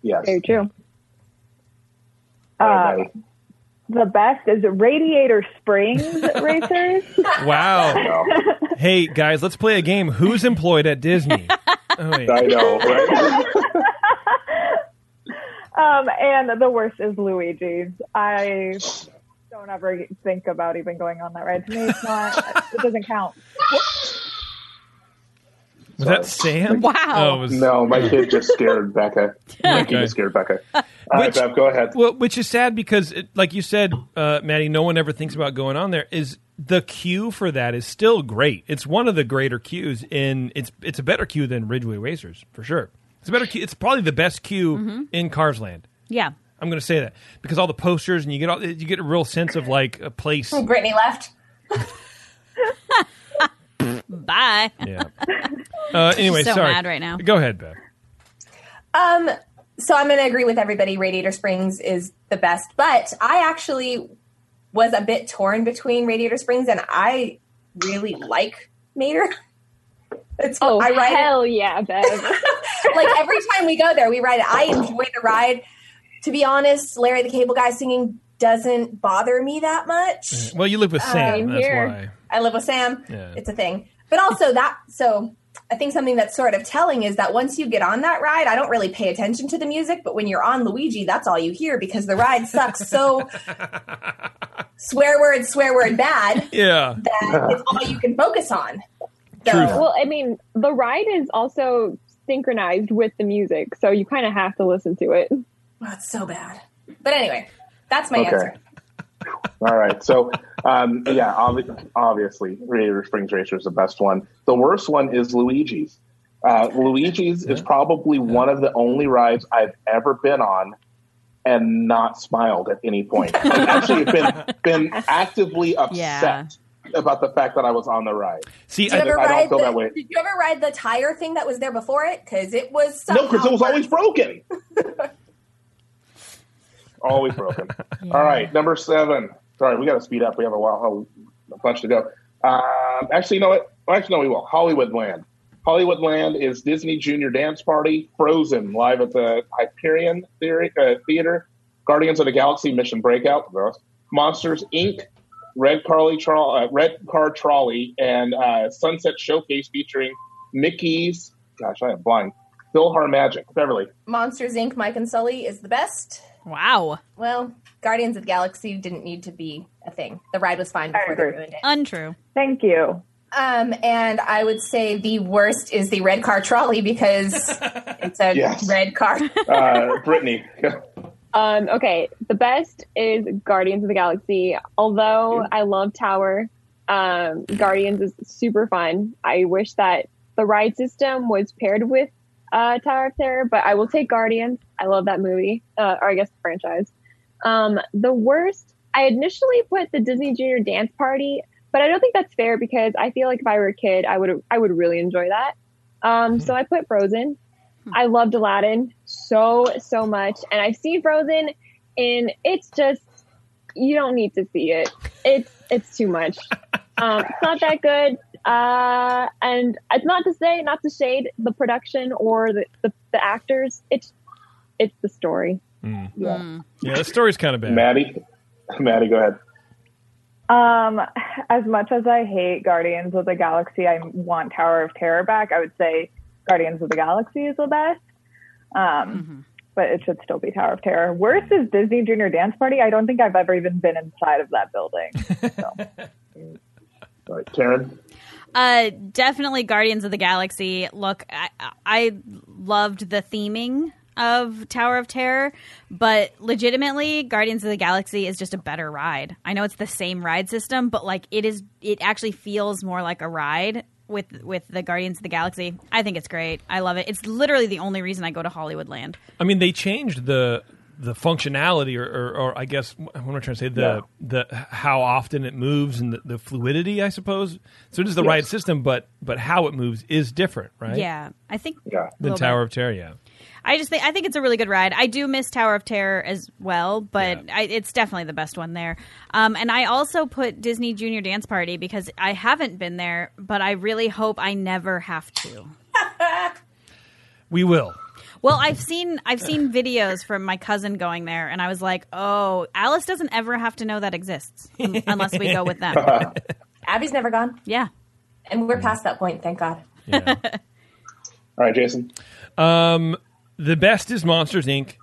Yes.
Very true.
All right,
Um,
Maddie.
the best is Radiator
[LAUGHS]
Springs Racers.
Wow.
No.
hey guys, let's play a game. Who's employed at
[LAUGHS]
Disney? Oh, yeah.
I know, right?
Um, and the worst is Luigi's. I don't ever think about even going on that ride. To me, it's not, it doesn't count.
Was that Sam?
Wow.
Oh, it was-
no, my kid just
[LAUGHS]
scared Becca. My kid
Okay.
just
[LAUGHS]
scared Becca. All right,
Which-
Bev, go ahead.
Well, which is sad because, it, like you said, uh, Maddie, no one ever thinks about going on there. Is the queue for that is still great? It's one of the greater queues, and it's it's a better queue than Ridgeway Racers for sure. It's a better queue. It's probably the best queue
Mm-hmm.
in Cars Land.
Yeah.
I'm going to say that because all the posters and you get all you get a real sense of like a place.
Oh,
Brittany left.
Bye. [LAUGHS]
Yeah. Uh, anyway,
so
sorry.
mad right now.
Go ahead, Bev.
Um, so I'm going to agree with everybody. Radiator Springs is the best, but I actually was a bit torn between Radiator Springs and I really like Mater. [LAUGHS] It's
Oh,
I ride it
hell yeah, Bev.
[LAUGHS] like every time we go there, we ride it. I enjoy the ride. To be honest, Larry the Cable Guy singing doesn't bother me that much.
Well, you live
Oh,
with Sam.
I'm
That's
here.
why.
I live with Sam.
Yeah.
It's a thing. But also [LAUGHS] that so I think something that's sort of telling is that once you get on that ride, I don't really pay attention to the music, but when you're on Luigi, that's all you hear because the ride sucks so swear word, swear word
[LAUGHS]
bad
Yeah.
that it's all you can focus on. So oh,
True.
well, I mean, the ride is also synchronized with the music, so you kind of have to listen to it.
oh, it's so bad. But anyway, that's my
Okay.
answer.
All right. So, um, yeah, obvi- obviously, Radiator Springs Racer is the best one. The worst one is Luigi's. Uh, Luigi's is probably one of the only rides I've ever been on
[LAUGHS]
and not smiled at any point. I've actually been, been actively upset
Yeah.
about the fact that I was on the ride.
See,
Did you
I,
ever
I don't
ride
feel
the,
that way.
Did you ever ride the tire thing that was there before it? Because it was
No, because it was
somehow-
always broken. [LAUGHS] always broken.
Yeah.
All right, number seven. Sorry, we got to speed up. We have a while, a bunch to go. Um, actually, you know what? Well, actually, no, we will. Hollywood Land. Hollywood Land is Disney Junior Dance Party, Frozen, live at the Hyperion Theory, uh, Theater, Guardians of the Galaxy Mission Breakout, Monsters Inc., Red, Carly Tro- uh, Red Car Trolley, and uh, Sunset Showcase featuring Mickey's, gosh, I am blind, Philhar Magic, Beverly.
Monsters Inc. Mike and Sully is the best.
Wow.
Well, Guardians of the Galaxy didn't need to be a thing. The ride was fine
I
before they
agree.
ruined it.
Untrue.
Thank you.
Um, and I would say the worst is the red car trolley
[LAUGHS]
because it's a
Yes.
red car.
Uh,
[LAUGHS]
Brittany.
Um, okay, the best is Guardians of the Galaxy. Although I love Tower, um, Guardians is super fun. I wish that the ride system was paired with uh, Tower of Terror, but I will take Guardians. I love that movie, uh, or I guess the franchise. Um, the worst, I initially put the Disney Junior Dance Party, but I don't think that's fair because I feel like if I were a kid, I would I would really enjoy that. Um, so I put Frozen. I loved Aladdin so so much, and I've seen Frozen, and it's just you don't need to see it. It's it's too much. Um, it's not that good, uh, and it's not to say not to shade the production or the the, the actors. It's it's the story. Yeah.
Mm.
yeah, the story's kind of bad.
Maddie. Maddie, go ahead.
Um, as much as I hate Guardians of the Galaxy, I want Tower of Terror back. I would say Guardians of the Galaxy is the best. Um, but it should still be Tower of Terror. Worst is Disney Junior Dance Party. I don't think I've ever even been inside of that building.
All right, Taryn.
Uh, definitely Guardians of the Galaxy. Look, I, I loved the theming of Tower of Terror, but legitimately, Guardians of the Galaxy is just a better ride. I know it's the same ride system, but like it is, it actually feels more like a ride with with the Guardians of the Galaxy. I think it's great. I love it. It's literally the only reason I go to Hollywood Land.
I mean, they changed the the functionality, or, or, or I guess what am I trying to say? The the how often it moves and the, the fluidity, I suppose. So it is the right system, but but how it moves is different, right?
Yeah, I think.
Yeah.
Than
Little bit.
Tower of Terror, yeah.
I just think I think it's a really good ride. I do miss Tower of Terror as well, but
Yeah.
I, it's definitely the best one there. Um, and I also put Disney Junior Dance Party because I haven't been there, but I really hope I never have to.
We
[LAUGHS]
will.
Well, I've seen
[LAUGHS]
I've seen videos from my cousin going there, and I was like, oh, Alice doesn't ever have to know that exists un- unless we go
[LAUGHS]
with them.
Abby's never gone,
Yeah.
and we're past that point, thank God.
Yeah.
All right, Jason.
the best is Monsters Inc.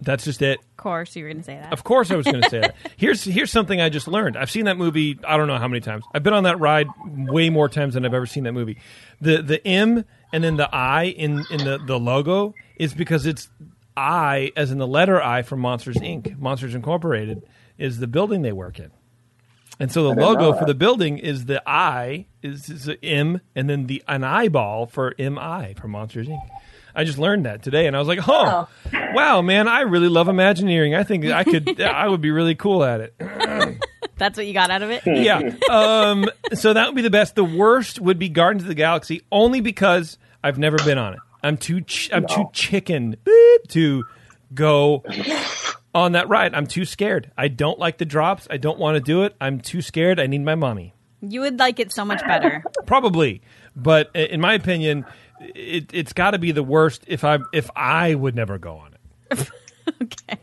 That's just it.
Of course, you were going to say that.
Of course, I was going to say that. Here's here's something I just learned. I've seen that movie. I don't know how many times. I've been on that ride way more times than I've ever seen that movie. The the M and then the I in in the the logo is because it's I as in the letter I from Monsters Inc. Monsters Incorporated is the building they work in, and so the
didn't know
logo for
that.
the building is the I is, is the M and then the an eyeball for M I for Monsters Inc. I just learned that today, and I was like, "Oh, wow, man! I really love Imagineering. I think I could, I would be really cool at it."
That's what you got out of it.
Yeah. Um, so that would be the best. The worst would be Gardens of the Galaxy, only because I've never been on it. I'm too, ch- I'm too
No.
chicken beep, to go on that ride. I'm too scared. I don't like the drops. I don't want to do it. I'm too scared. I need my mommy.
You would like it so much better.
Probably, but i- in my opinion, it, it's got to be the worst. If I if I would never go on it.
[LAUGHS] okay.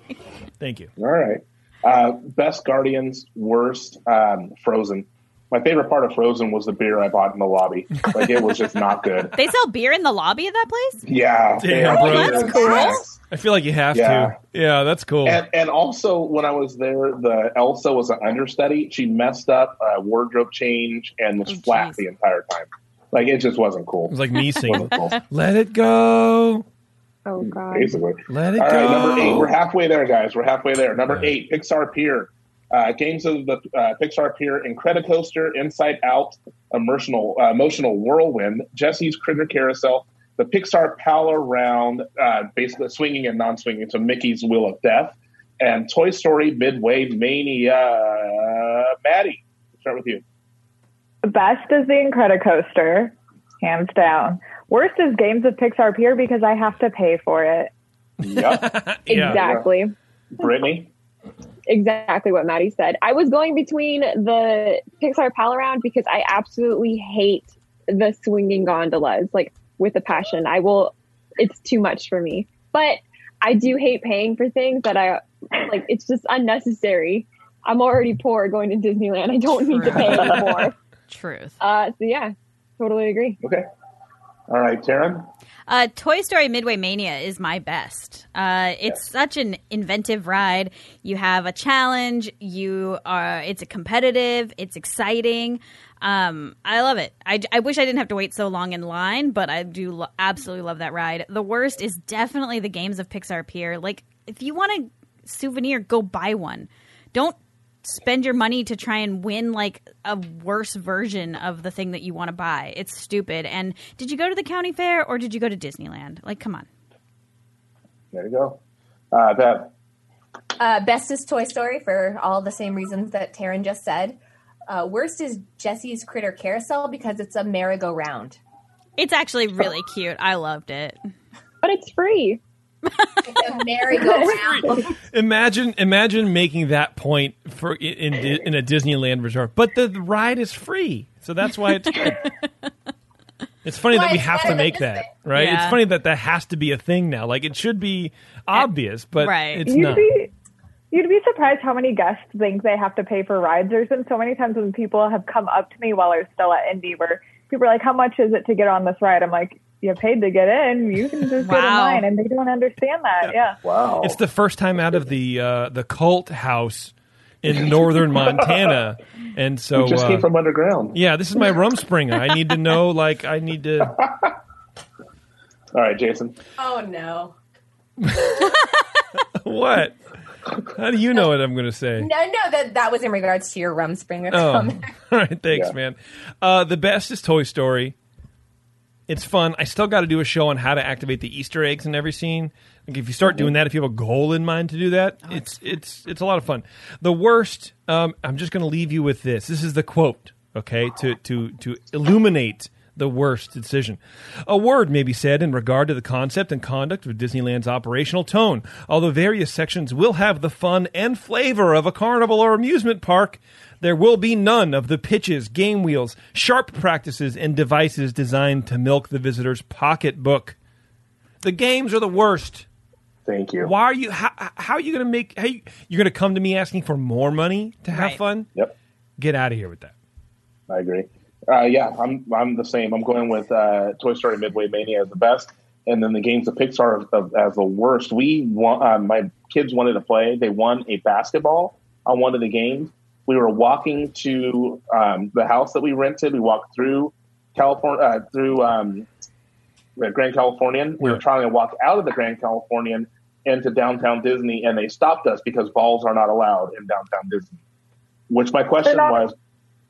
Thank you.
All right. Uh, best Guardians, worst um, Frozen. My favorite part of Frozen was the beer I bought in the lobby. Like it was just not
[LAUGHS]
good.
They sell beer in the lobby of that place?
Yeah. they
Damn,
had
bro.
beer
That's
and
cool.
snacks.
I feel like you have
Yeah.
to. Yeah, that's cool.
And, and also, when I was there, the Elsa was an understudy. She messed up a wardrobe change and was
Oh,
flat
geez.
the entire time. Like it just wasn't cool.
[LAUGHS]
it was like
[LAUGHS]
me singing.
wasn't cool.
Let it go.
Oh God.
Basically.
Let it
All
go.
right, number eight. We're
Oh.
halfway there, guys. We're halfway there. Number eight, Pixar Pier. Uh, games of the uh, Pixar Pier, Incredicoaster, Inside Out, Emotional, uh, Emotional Whirlwind, Jesse's Critter Carousel, the Pixar Power Round, uh, basically swinging and non swinging to Mickey's Wheel of Death, and Toy Story Midway Mania. Maddie. Start with you.
Best is the Incredicoaster, hands down. Worst is Games of Pixar Pier because I have to pay for it.
Yep.
Yeah.
exactly.
[LAUGHS] Brittany.
exactly what Maddie said. I was going between the Pixar Pal Around because I absolutely hate the swinging gondolas, like with a passion. I will, it's too much for me. But I do hate paying for things that I like, it's just unnecessary. I'm already poor going to Disneyland. I don't need to pay anymore.
Truth.
Uh, so yeah, totally agree.
Okay. All right, Taryn.
Uh, Toy Story Midway Mania is my best. Uh, it's such an inventive ride. You have a challenge. You are. It's a competitive. It's exciting. Um, I love it. I, I wish I didn't have to wait so long in line, but I do lo- absolutely love that ride. The worst is definitely the games of Pixar Pier. Like, if you want a souvenir, go buy one. Don't spend your money to try and win like a worse version of the thing that you want to buy. It's stupid. And did you go to the county fair or did you go to Disneyland? Like, come on.
There you go. Uh, Bev.
Uh, best is Toy Story for all the same reasons that Taryn just said. Uh, worst is Jesse's Critter Carousel because it's a merry-go-round.
It's actually really cute. I loved it.
But it's free.
It's a merry-go-round.
Imagine, imagine making that point for in in, in a Disneyland resort, but the ride is free, so that's why it's
[LAUGHS]
good. It's funny
Why
that we
it's
have
better
to
than
make
this
that,
thing.
right?
Yeah.
It's funny that that has to be a thing now. Like it should be obvious, but
Right.
it's
You'd
not.
be you'd be surprised how many guests think they have to pay for rides. There's been so many times when people have come up to me while I was still at Indy where people are like, How much is it to get on this ride? I'm like, You paid to get in, you can just get in
Wow.
line and they don't understand that. Yeah.
Wow.
It's the first time out of the uh, the cult house
[LAUGHS]
in northern Montana, and so
just
uh,
came from underground.
yeah, this is my rum springer. I need to know, like, I need to. [LAUGHS]
All right, Jason.
oh no.
What? How do you know what I'm going to say?
No, no, that that was in regards to your rum springer
Oh, [LAUGHS] all
comment.
right. Thanks,
Yeah.
man. Uh, the best is Toy Story. It's fun. I still got to do a show on how to activate the Easter eggs in every scene. Like if you start doing that, if you have a goal in mind to do that, it's it's it's a lot of fun. The worst. Um, I'm just going to leave you with this. This is the quote. Okay, to to to illuminate the worst decision. A word may be said in regard to the concept and conduct of Disneyland's operational tone. Although various sections will have the fun and flavor of a carnival or amusement park, there will be none of the pitches, game wheels, sharp practices, and devices designed to milk the visitor's pocketbook. The games are the worst.
Thank you.
Why are you? How, how are you going to make? How you, you're going to come to me asking for more money to have
Right.
fun?
Yep.
Get out of here with that.
I agree. Uh, yeah, I'm I'm the same. I'm going with uh, Toy Story Midway Mania as the best, and then the games of Pixar as- as the worst. We won, uh, my kids wanted to play. They won a basketball on one of the games. We were walking to um, the house that we rented. We walked through California uh, through um, the Grand Californian. We were
Yeah.
trying to walk out of the Grand Californian into downtown Disney, and they stopped us because balls are not allowed in downtown Disney. Which my question
They're not-
was,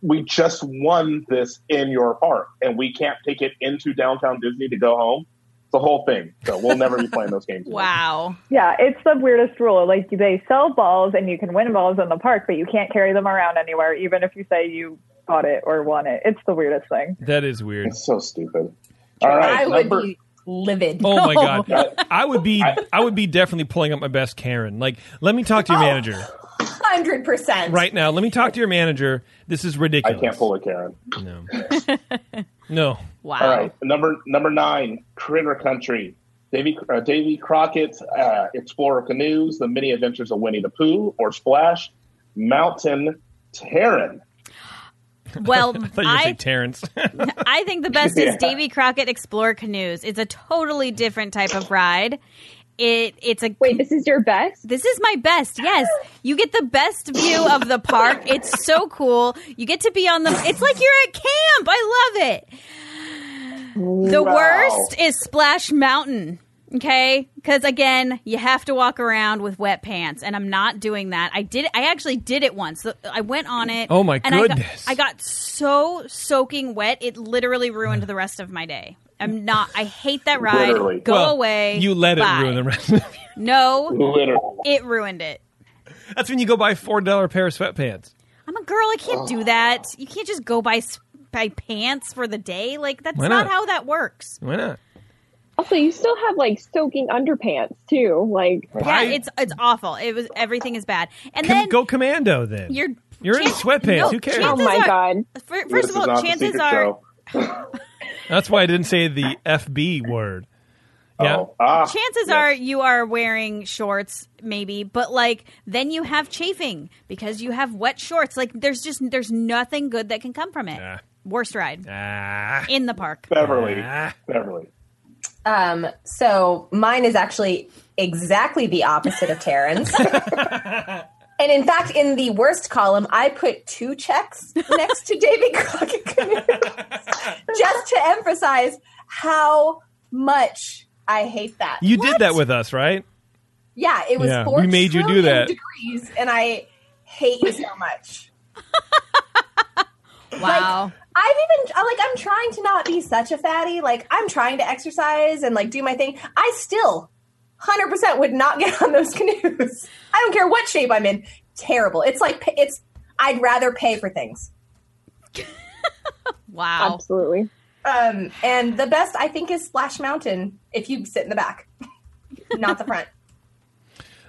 we just won this in your park, and we can't take it into downtown Disney to go home. It's The whole thing. So we'll never be playing those
[LAUGHS]
games. again.
Wow.
Yeah, it's the weirdest rule. Like they sell balls and you can win balls in the park, but you can't carry them around anywhere, even if you say you bought it or won it. It's the weirdest thing.
That is weird.
It's so stupid. All right,
I would
number-
be livid.
Oh
[LAUGHS]
my god, I would be I would be definitely pulling up my best Karen. Like, let me talk to your manager
Hundred percent.
right now. Let me talk to your manager. This is
I
ridiculous.
can't pull it, Karen.
No, [LAUGHS] no.
Wow.
All right, number number nine, Critter Country. Davy uh, Davy Crockett, uh, Explorer Canoes, The Mini Adventures of Winnie the Pooh, or Splash, Mountain Terran.
[LAUGHS] Well,
[LAUGHS] I thought you were gonna say
I
Terrence.
I think
[LAUGHS]
the best
Yeah.
is Davy Crockett Explore Canoes. It's a totally different type of ride. It it's a
Wait, this is your best?
This is my best. Yes. You get the best view of the park. It's so cool. You get to be on the It's like you're at camp. I love it. The
Wow.
worst is Splash Mountain. Okay? Cuz again, you have to walk around with wet pants and I'm not doing that. I did I actually did it once. I went on it.
Oh, my
and I got-
goodness.
I got, so soaking wet. It literally ruined the rest of my day. I'm not I hate that ride.
Literally.
[LAUGHS]
Go
Well,
away.
You let it
Bye.
ruin the rest. of you.
No,
Literally.
it ruined it.
That's when you go buy four dollar pair of sweatpants.
I'm a girl. I can't do that. You can't just go buy s- buy pants for the day. Like that's
Why
not?
not?
how that works.
Why not?
Also, you still have like soaking underpants too. Like
Why-
Yeah, it's it's awful. It was everything is bad. And
Com-
then
go commando then.
you're
You're in
chan-
sweatpants.
no,
Who cares?
oh
chances
my
are-
god,
fir- First
this
of
is
all,
not the
chances
secret
are
show.
That's why I didn't say the FB word. Yeah.
Oh, ah,
chances
yes.
are you are wearing shorts maybe but like then you have chafing because you have wet shorts like there's just there's nothing good that can come from it
Yeah.
worst ride
Ah.
in
[LAUGHS]
the park
Beverly.
Ah.
Beverly.
Um, so mine is actually exactly the opposite
[LAUGHS]
of Taryn's. and in fact, in the worst column, I put two checks next to David
[LAUGHS]
Crockett Canoes, just to emphasize how much I hate that.
You did that with us, right?
yeah, it was
Yeah,
four
we made you do
trillion
that.
degrees, and I hate you so much.
wow
I've even I- like I'm trying to not be such a fatty. Like I'm trying to exercise and like do my thing. I still 100% would not get on those [LAUGHS] canoes. I don't care what shape I'm in. Terrible. It's like pa- it's I'd rather pay for things.
wow
absolutely.
Um and the best I think is Splash Mountain if you sit in the back. not the front.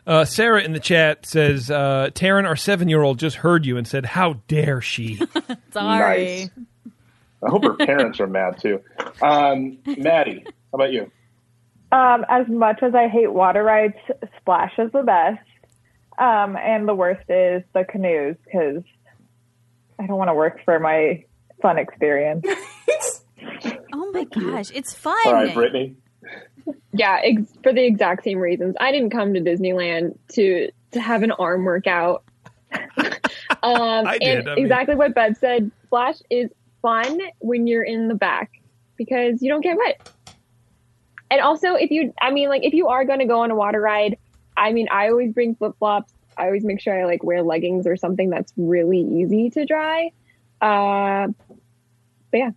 Uh, Sarah in the chat says, uh, Taryn, our seven year old, just heard you and said, How dare she?
Nice.
sorry
I hope her parents are mad too. Um, Maddie, how about you?
Um, as much as I hate water rides, Splash is the best. Um, and the worst is the canoes because I don't want to work for my fun experience.
oh my gosh it's fun
All right, Brittany.
Yeah, ex- for the exact same reasons. I didn't come to Disneyland to to have an
[LAUGHS]
arm workout. um,
I did,
and
I mean-
exactly what Bev said. Splash is fun when you're in the back because you don't get wet. And also, if you, I mean, like if you are going to go on a water ride, I mean, I always bring flip flops. I always make sure I like wear leggings or something that's really easy to dry. Uh, but yeah,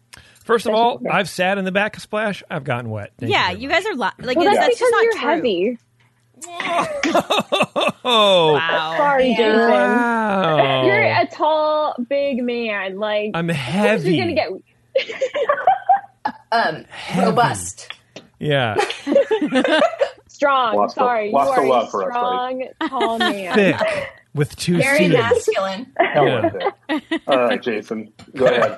First of all,
That's okay.
I've sat in the back of Splash. I've gotten wet. Thank
yeah
very
you
much.
guys are li- like
well,
that's, that's
that's, because
just not
you're
true
heavy.
Oh,
wow
Sorry,
Yeah.
Jason.
wow.
You're a tall, big man. Like
Oh. I'm
You're
heavy.
gonna get.
Um robust.
yeah.
Strong.
Lots of-
sorry,
lots of
you are
love
a
for us,
strong,
buddy.
tall man.
[LAUGHS] Thick with two
Very
C's.
[LAUGHS] masculine.
Hell
Yeah.
with it. All right, Jason. Go
[LAUGHS]
ahead.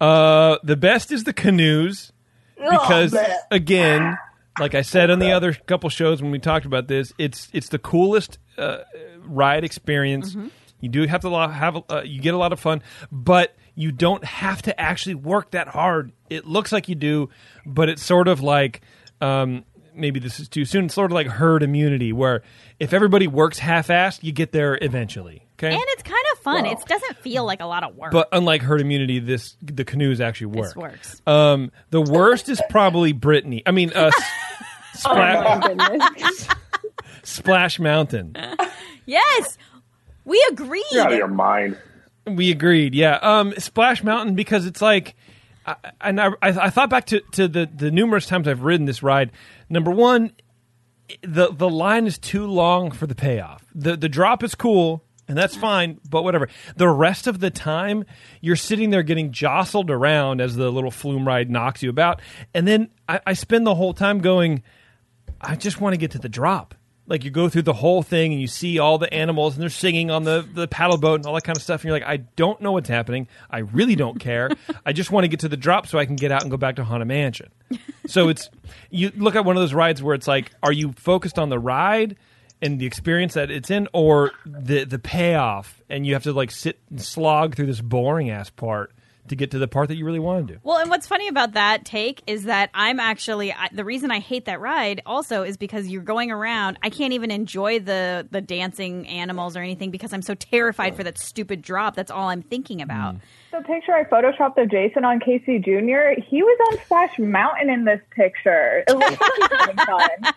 Uh, the best is the canoes
Oh,
because
Ugh, Oh, bleh.
again, like I said on the other couple shows when we talked about this, it's it's the coolest uh, ride experience.
Mm-hmm.
You do have to lo- have uh, you get a lot of fun, but you don't have to actually work that hard. It looks like you do, but it's sort of like um, maybe this is too soon. It's sort of like herd immunity, where if everybody works half-assed, you get there eventually. Okay,
and it's kind of fun it doesn't feel like a lot of work
but unlike herd immunity, this the canoes actually work.
this works
Um, the worst is probably Brittany. I mean, uh, s-
Oh my
Spla-
goodness.
Splash Mountain.
yes we agreed
Get out of your mind.
We agreed. Yeah. Um, Splash Mountain because it's like, I, and I, I, I thought back to, to the, the numerous times I've ridden this ride. Number one, the the line is too long for the payoff. The the drop is cool and that's fine, but whatever. The rest of the time, you're sitting there getting jostled around as the little flume ride knocks you about, and then I, I spend the whole time going, I just want to get to the drop. Like you go through the whole thing and you see all the animals and they're singing on the, the paddle boat and all that kind of stuff. And you're like, I don't know what's happening. I really don't care. I just want to get to the drop so I can get out and go back to Haunted Mansion. So it's, you look at one of those rides where it's like, are you focused on the ride and the experience that it's in or the, the payoff? And you have to like sit and slog through this boring ass part to get to the part that you really want to do.
Well, and what's funny about that take is that I'm actually I, the reason I hate that ride also is because you're going around. I can't even enjoy the the dancing animals or anything because I'm so terrified for that stupid drop. That's all I'm thinking about.
The picture I photoshopped of Jason on Casey Jr. He was on Splash Mountain in this picture. It looks like he's having fun.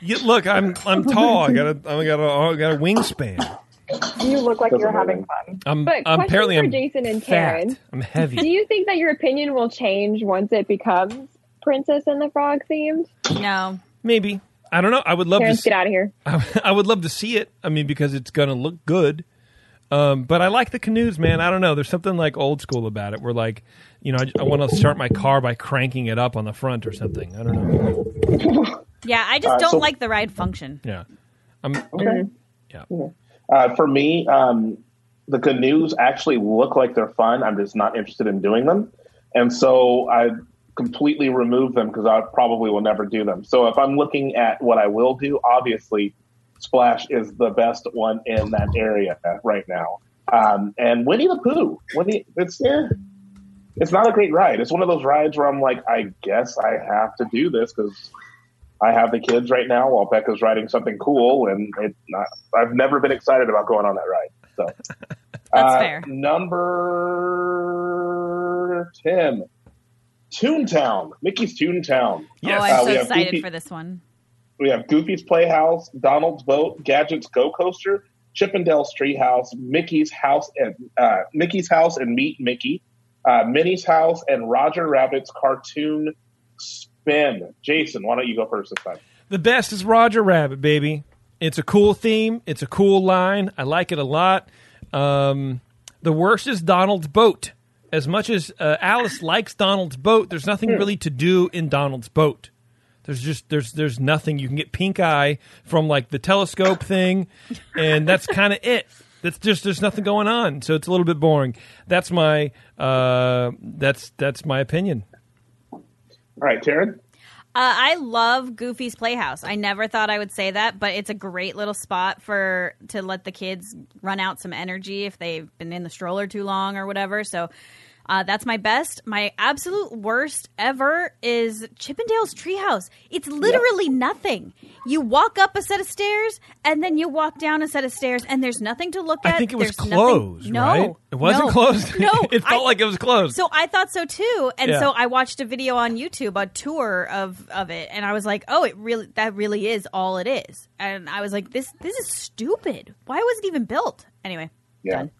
You, look, I'm, I'm tall. I got a, I got a, I got a wingspan.
You look like you're
Doesn't
having fun.
I'm,
But
I'm
question
apparently
for
I'm
Jason and
fat.
Taryn.
I'm
Do
heavy.
you think that your opinion will change once it becomes Princess and the Frog themed?
Mm.
No,
Maybe I don't know. [LAUGHS] I would love
Terrence,
to.
get out of here.
See, I would love to see it. I mean, because it's going to look good. Um, but I like the canoes, man. I don't know. There's something like old school about it. Where like, you know, I, I want to start my car by cranking it up on the front or something. I don't know.
Yeah, I just
Uh,
don't
so-
like the ride function.
Yeah, I'm
Okay.
Yeah.
Uh, for me, um, the canoes actually look like they're fun. I'm just not interested in doing them, and so I completely remove them because I probably will never do them. So if I'm looking at what I will do, obviously, Splash is the best one in that area right now. Um, and Winnie the Pooh, Winnie, it's eh, it's not a great ride. It's one of those rides where I'm like, I guess I have to do this because I have the kids right now while Becca's riding something cool, and it, not, I've never been excited about going on that ride. So
[LAUGHS]
Uh,
That's fair.
Number ten, Toontown, Mickey's Toontown.
Oh,
Uh,
I'm
we
so
have
excited
Goofy-
for this one.
we have Goofy's Playhouse, Donald's Boat, Gadget's Go Coaster, Chippendale's Treehouse, Mickey's House and uh, Mickey's House and Meet Mickey, uh, Minnie's House, and Roger Rabbit's Cartoon Spin. Jason, why don't you go first this time?
The best is Roger Rabbit, baby. It's a cool theme. It's a cool line. I like it a lot. Um, the worst is Donald's boat. As much as uh, Alice likes Donald's boat, there's nothing really to do in Donald's boat. There's just there's there's nothing you can get pink eye from like the telescope thing, and that's kind of it. That's just there's nothing going on, so it's a little bit boring. That's my uh, that's that's my opinion.
All right, Taryn.
Uh, I love Goofy's Playhouse. I never thought I would say that, but it's a great little spot for to let the kids run out some energy if they've been in the stroller too long or whatever. So uh, that's my best. My absolute worst ever is Chippendale's Treehouse. It's literally nothing. You walk up a set of stairs and then you walk down a set of stairs, and there's nothing to look at.
I think it was
There's nothing-
closed.
No,
right? it wasn't
no,
closed.
No,
[LAUGHS] it felt
I-
like it was closed.
so I thought so too, and
Yeah.
so I watched a video on YouTube, a tour of of it, and I was like, "Oh, it really that really is all it is." And I was like, "This this is stupid. Why was it even built?" Anyway,
Yeah.
done.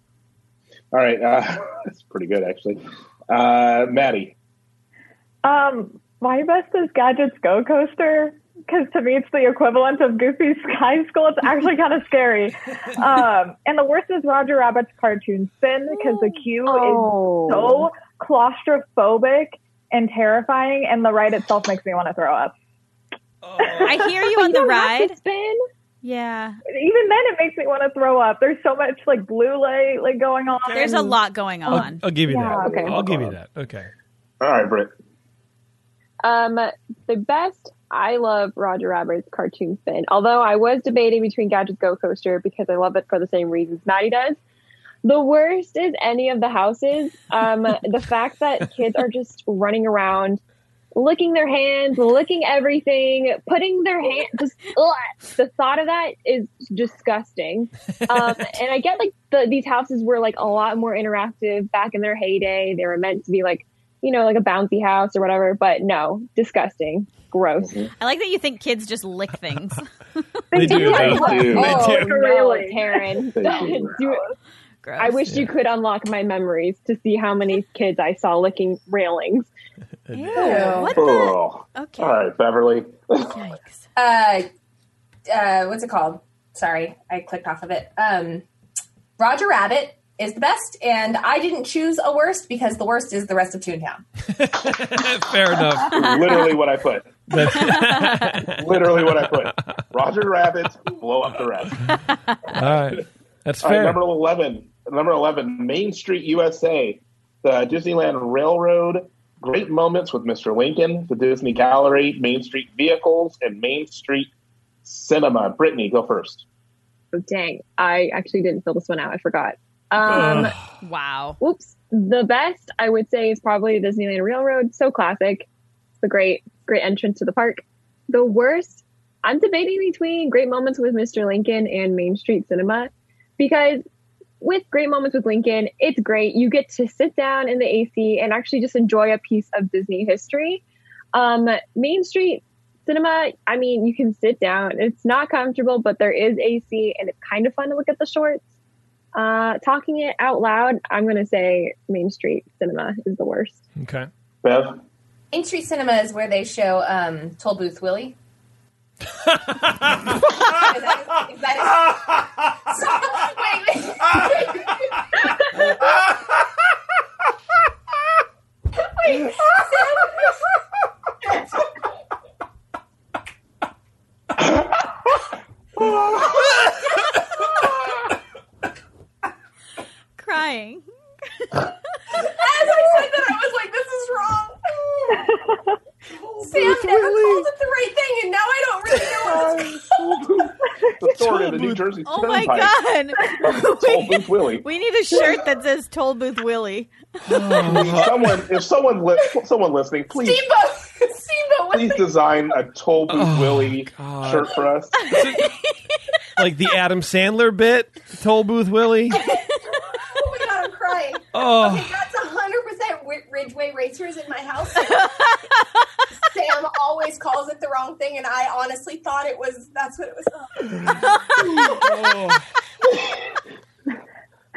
All right, uh, [LAUGHS] that's pretty good actually. Uh, Maddie.
Um, my best is Gadget's Go Coaster because to me it's the equivalent of [LAUGHS] Goofy's Sky School. It's actually kind of scary. Um, and the worst is Roger Rabbit's cartoon spin because the queue is so claustrophobic and terrifying, and the ride itself makes me want to throw up.
Oh,
I hear
[LAUGHS]
you on the
don't have to
ride.
spin.
Yeah,
Even then, it makes me want to throw up. There's so much like blue light like going on.
there's a lot going
I'll-
on.
I'll, give you
Yeah,
that.
okay.
I'll give you that. Okay.
All right, Britt.
Um, the best. I love Roger Rabbit's cartoon spin. Although I was debating between Gadget's Go Coaster because I love it for the same reasons Maddie does. The worst is any of the houses. Um, the fact that kids are just running around, licking their hands, licking everything, putting their hand. Just ugh, the thought of that is disgusting. Um, and I get like the, these houses were like a lot more interactive back in their heyday. They were meant to be like you know, like a bouncy house or whatever. But no, disgusting, gross.
I like that you think kids just lick things. [LAUGHS]
They do.
Thank you.
Thank
oh,
you.
no,
Really?
[LAUGHS]
Taryn.
Thank you.
[LAUGHS] Do-
Gross.
I wish you could unlock my memories to see how many kids I saw licking railings.
Ew, what the?
Oh.
Okay.
All right, Beverly.
Yikes.
uh, uh, what's it called? Sorry, I clicked off of it. Um, Roger Rabbit is the best, and I didn't choose a worst because the worst is the rest of Toontown.
Eh, Fair enough.
[LAUGHS]
Literally what I put.
That's-
Literally what I
[LAUGHS]
put. Roger Rabbit, blow up the rest.
all right. That's
All right,
fair.
number eleven. Number eleven. Main Street USA, the Disneyland Railroad. Great moments with Mr. Lincoln, the Disney Gallery, Main Street Vehicles, and Main Street Cinema. Brittany, go first.
Oh, dang, I actually didn't fill this one out. I forgot.
Oh,
Um,
Wow.
Oops. The best I would say is probably the Disneyland Railroad. So classic. It's the great, great entrance to the park. The worst, I'm debating between Great Moments with Mr. Lincoln and Main Street Cinema because with Great Moments with Lincoln, it's great. You get to sit down in the AC and actually just enjoy a piece of Disney history. Um, Main Street Cinema, I mean, you can sit down. It's not comfortable, but there is AC and it's kind of fun to look at the shorts. Uh, talking it out loud, I'm going to say Main Street Cinema is the worst.
Okay.
[LAUGHS]
Bev.
Main Street Cinema is where they show um, Toll Booth Willie. [LAUGHS] Is that- is that- wait, wait. [LAUGHS]
crying.
As I said that, I was like, this is wrong. Sam never called it the right thing, and now I don't really know
[LAUGHS]
what it's
the story of the New
Tollbooth.
Jersey
Oh my
Turnpike. [LAUGHS]
god. [LAUGHS]
Toll Booth [LAUGHS] Willie.
We need a shirt that says Toll Booth Willie.
Uh-huh.
Someone, if someone, li- someone listening, please,
Steamboat. Steamboat was
please
the
design a Toll Booth
Oh,
Willie
God.
shirt for
[LAUGHS]
us.
like the Adam Sandler bit, Toll Booth
[LAUGHS]
Willie.
oh my god, I'm crying.
Oh,
That's hundred percent Ridgeway Racers in my house. Sam always calls it the wrong thing, and I honestly thought it was that's what it was.
oh.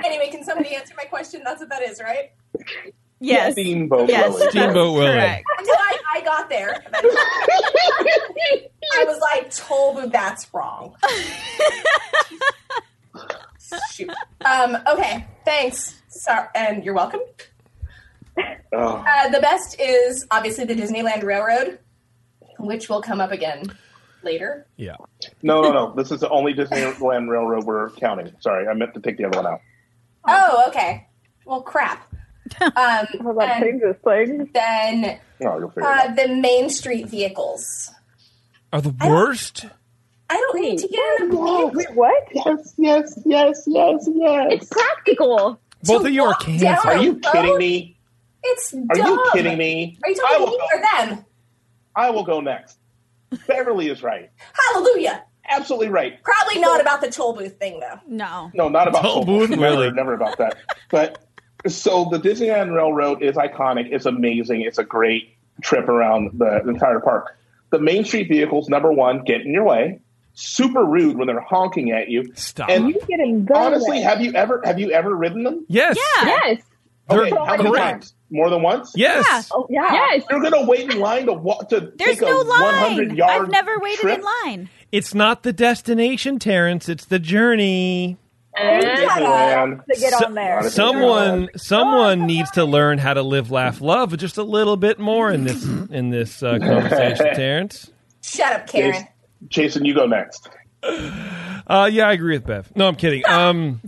Anyway, can somebody answer my question? That's what that is, right?
Yes.
Steamboat
Yes.
Willie.
Steamboat Willie.
Correct.
Until I, I got there, I was like, "Told that's wrong." Shoot. Um, okay, thanks. Sorry, and you're welcome.
Oh,
Uh, the best is obviously the Disneyland Railroad, which will come up again later.
yeah.
no, no, no. This is the only Disneyland Railroad we're counting. Sorry, I meant to take the other one out.
Oh, okay. Well, crap.
[LAUGHS]
Um,
How about
and
changes things?
then
No, you'll figure it
uh,
out.
the Main Street vehicles.
Are the worst?
I don't need to get in a
Wait, what?
Yes, yes, yes, yes, yes.
It's practical.
Both of you are
walk down
cancer.
Are you
Both?
kidding me?
It's dumb.
Are you kidding me?
Are you
I
talking
will
to me
go-
or them?
I will go next. Beverly is right.
Hallelujah.
Absolutely right.
Probably not about the toll booth thing though.
No.
No, not about
Toll
Toll
Booth
Booth.
Willie.
Never, never about that. But so the Disneyland Railroad is iconic. It's amazing. It's a great trip around the entire park. The Main Street vehicles, number one, get in your way. Super rude when they're honking at you.
Stop.
And
You get in the
honestly,
way.
have you ever have you ever ridden them?
yes.
Yeah.
Yes.
They're
okay, how many
great.
times? More than once?
Yes.
Oh yeah.
Yes.
You're gonna wait in line to walk to
There's
take a
no
100
line.
yard
I've never waited
trip?
in line.
It's not the destination, Terrence. It's the journey.
Uh,
Disneyland.
To get
So-
on there.
Honestly,
Someone, someone needs to learn how to live, laugh, love just a little bit more in this in this uh, conversation, Terrence.
Shut up, Karen.
Jason, Jason, you go next.
Uh, yeah, I agree with Bev. No, I'm kidding. Um,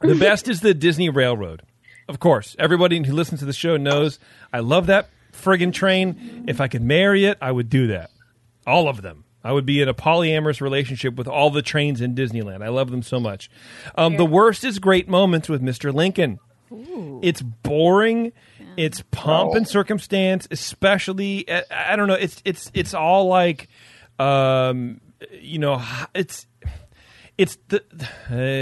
the best is the Disney Railroad. Of course, everybody who listens to the show knows I love that friggin' train. If I could marry it, I would do that. All of them. I would be in a polyamorous relationship with all the trains in Disneyland. I love them so much. Um, the worst is Great Moments with Mr. Lincoln. It's boring. It's pomp and circumstance, especially. I, I don't know. It's it's it's all like, um, you know, h- it's it's the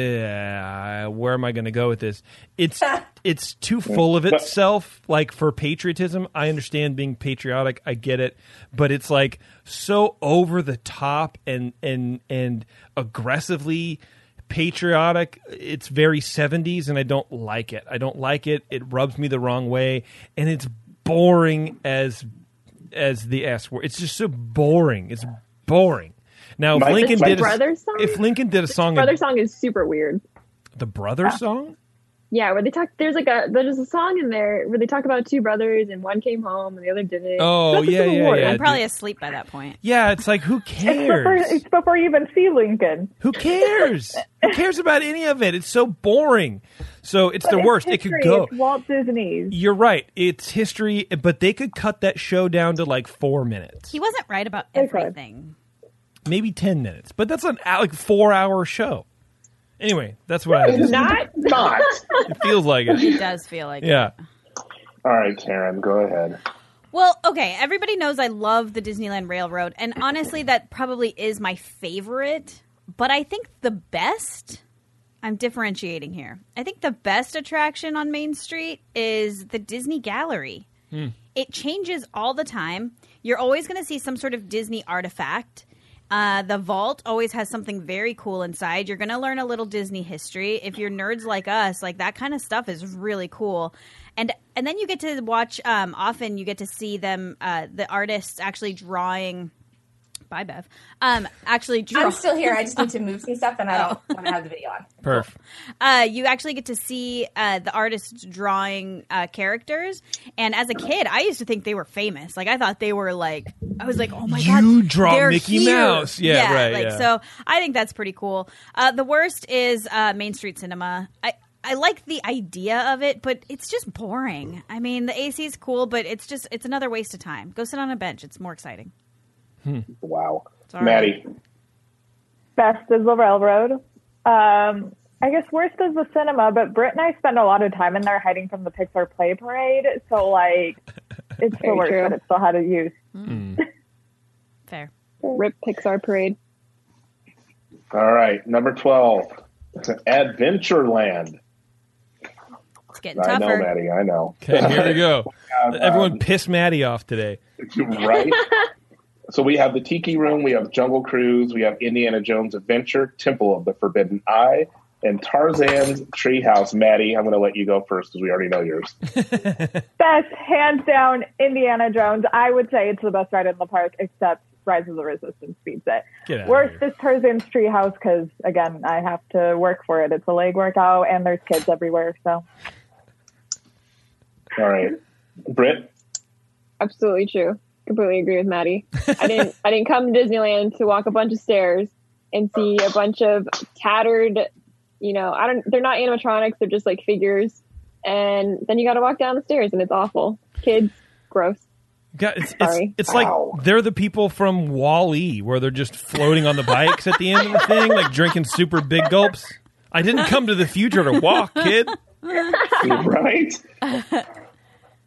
uh, where am I going to go with this? It's it's too full of itself. Like for patriotism, I understand being patriotic. I get it, but it's like so over the top and and and aggressively patriotic. It's very seventies, and I don't like it. I don't like it. It rubs me the wrong way, and it's boring as as the S word. It's just so boring. It's boring. Now, if
Mike-
Lincoln
Mike
did a-
Brothers song?
if Lincoln did a song,
Brother song is super weird.
the brother song.
Yeah, where they talk. There's like a there's a song in there where they talk about two brothers and one came home and the other didn't.
Oh
That's a
yeah,
Civil
yeah,
War.
yeah.
I'm probably asleep by that point.
yeah, it's like who
Before,
cares?
it's before you even see Lincoln.
who cares? who cares about any of it? It's so boring. So it's the
It's
worst. It could
history.
go.
It's Walt Disney's.
You're right. It's history, but they could cut that show down to like four minutes,
He wasn't right about
Okay.
everything.
maybe ten minutes. But that's an like four hour show. Anyway, that's what I just,
Not
[LAUGHS]
Not.
it feels like. It.
It does feel like
Yeah.
All right, Karen, go ahead.
Well, okay, everybody knows I love the Disneyland Railroad, and honestly, that probably is my favorite. But I think the best, I'm differentiating here. I think the best attraction on Main Street is the Disney Gallery. It changes all the time. You're always going to see some sort of Disney artifact. Uh, the vault always has something very cool inside. You're going to learn a little Disney history. If you're nerds like us, like that kind of stuff is really cool. And and then you get to watch. Um, often you get to see them, uh, the artists actually drawing. Bye, Bev. Um, actually, draw-
I'm still here. I just
[LAUGHS]
need to move some stuff, and I don't
Oh.
want to have the video on.
Perf.
uh, you actually get to see uh, the artists drawing uh, characters. And as a kid, I used to think they were famous. Like I thought they were like I was like, oh my god,
You draw
they're
Mickey
here.
Mouse. Yeah, right,
Like
yeah.
so, I think that's pretty cool. Uh, the worst is uh, Main Street Cinema. I. I like the idea of it, but it's just boring. I mean, the AC is cool, but it's just it's another waste of time. Go sit on a bench; it's more exciting.
Wow.
all
Maddie,
Best is the railroad. Um, I guess worst is the cinema, but Britt and I spend a lot of time in there hiding from the Pixar Play Parade,
[LAUGHS]
so like it's the
Very
worst,
true.
but it's still had a use.
Fair.
Rip Pixar Parade.
all right, number 12, Adventureland.
It's getting
I know,
tougher.
Maddie, I know.
Okay, here we go.
Um,
Everyone pissed Maddie off today.
[LAUGHS]
right? so we have the Tiki Room, we have Jungle Cruise, we have Indiana Jones Adventure, Temple of the Forbidden Eye, and Tarzan's Treehouse. Maddie, I'm going to let you go first because we already know yours.
Best, hands down, Indiana Jones. I would say it's the best ride in the park, except Rise of the Resistance beats it.
Get out
Worst is Tarzan's Treehouse because, again, I have to work for it. It's a leg workout, and there's kids everywhere. So
All right,
[LAUGHS]
Britt.
Absolutely true. Completely agree with Maddie. I didn't I didn't come to Disneyland to walk a bunch of stairs and see a bunch of tattered, you know, I don't they're not animatronics, they're just like figures. And then you gotta walk down the stairs and it's awful. Kids, gross.
God, it's it's,
Sorry.
it's like
Wow.
they're the people from Wall-E where they're just floating on the bikes at the end of the thing, like drinking super big gulps. I didn't come to the future to walk, kid.
right?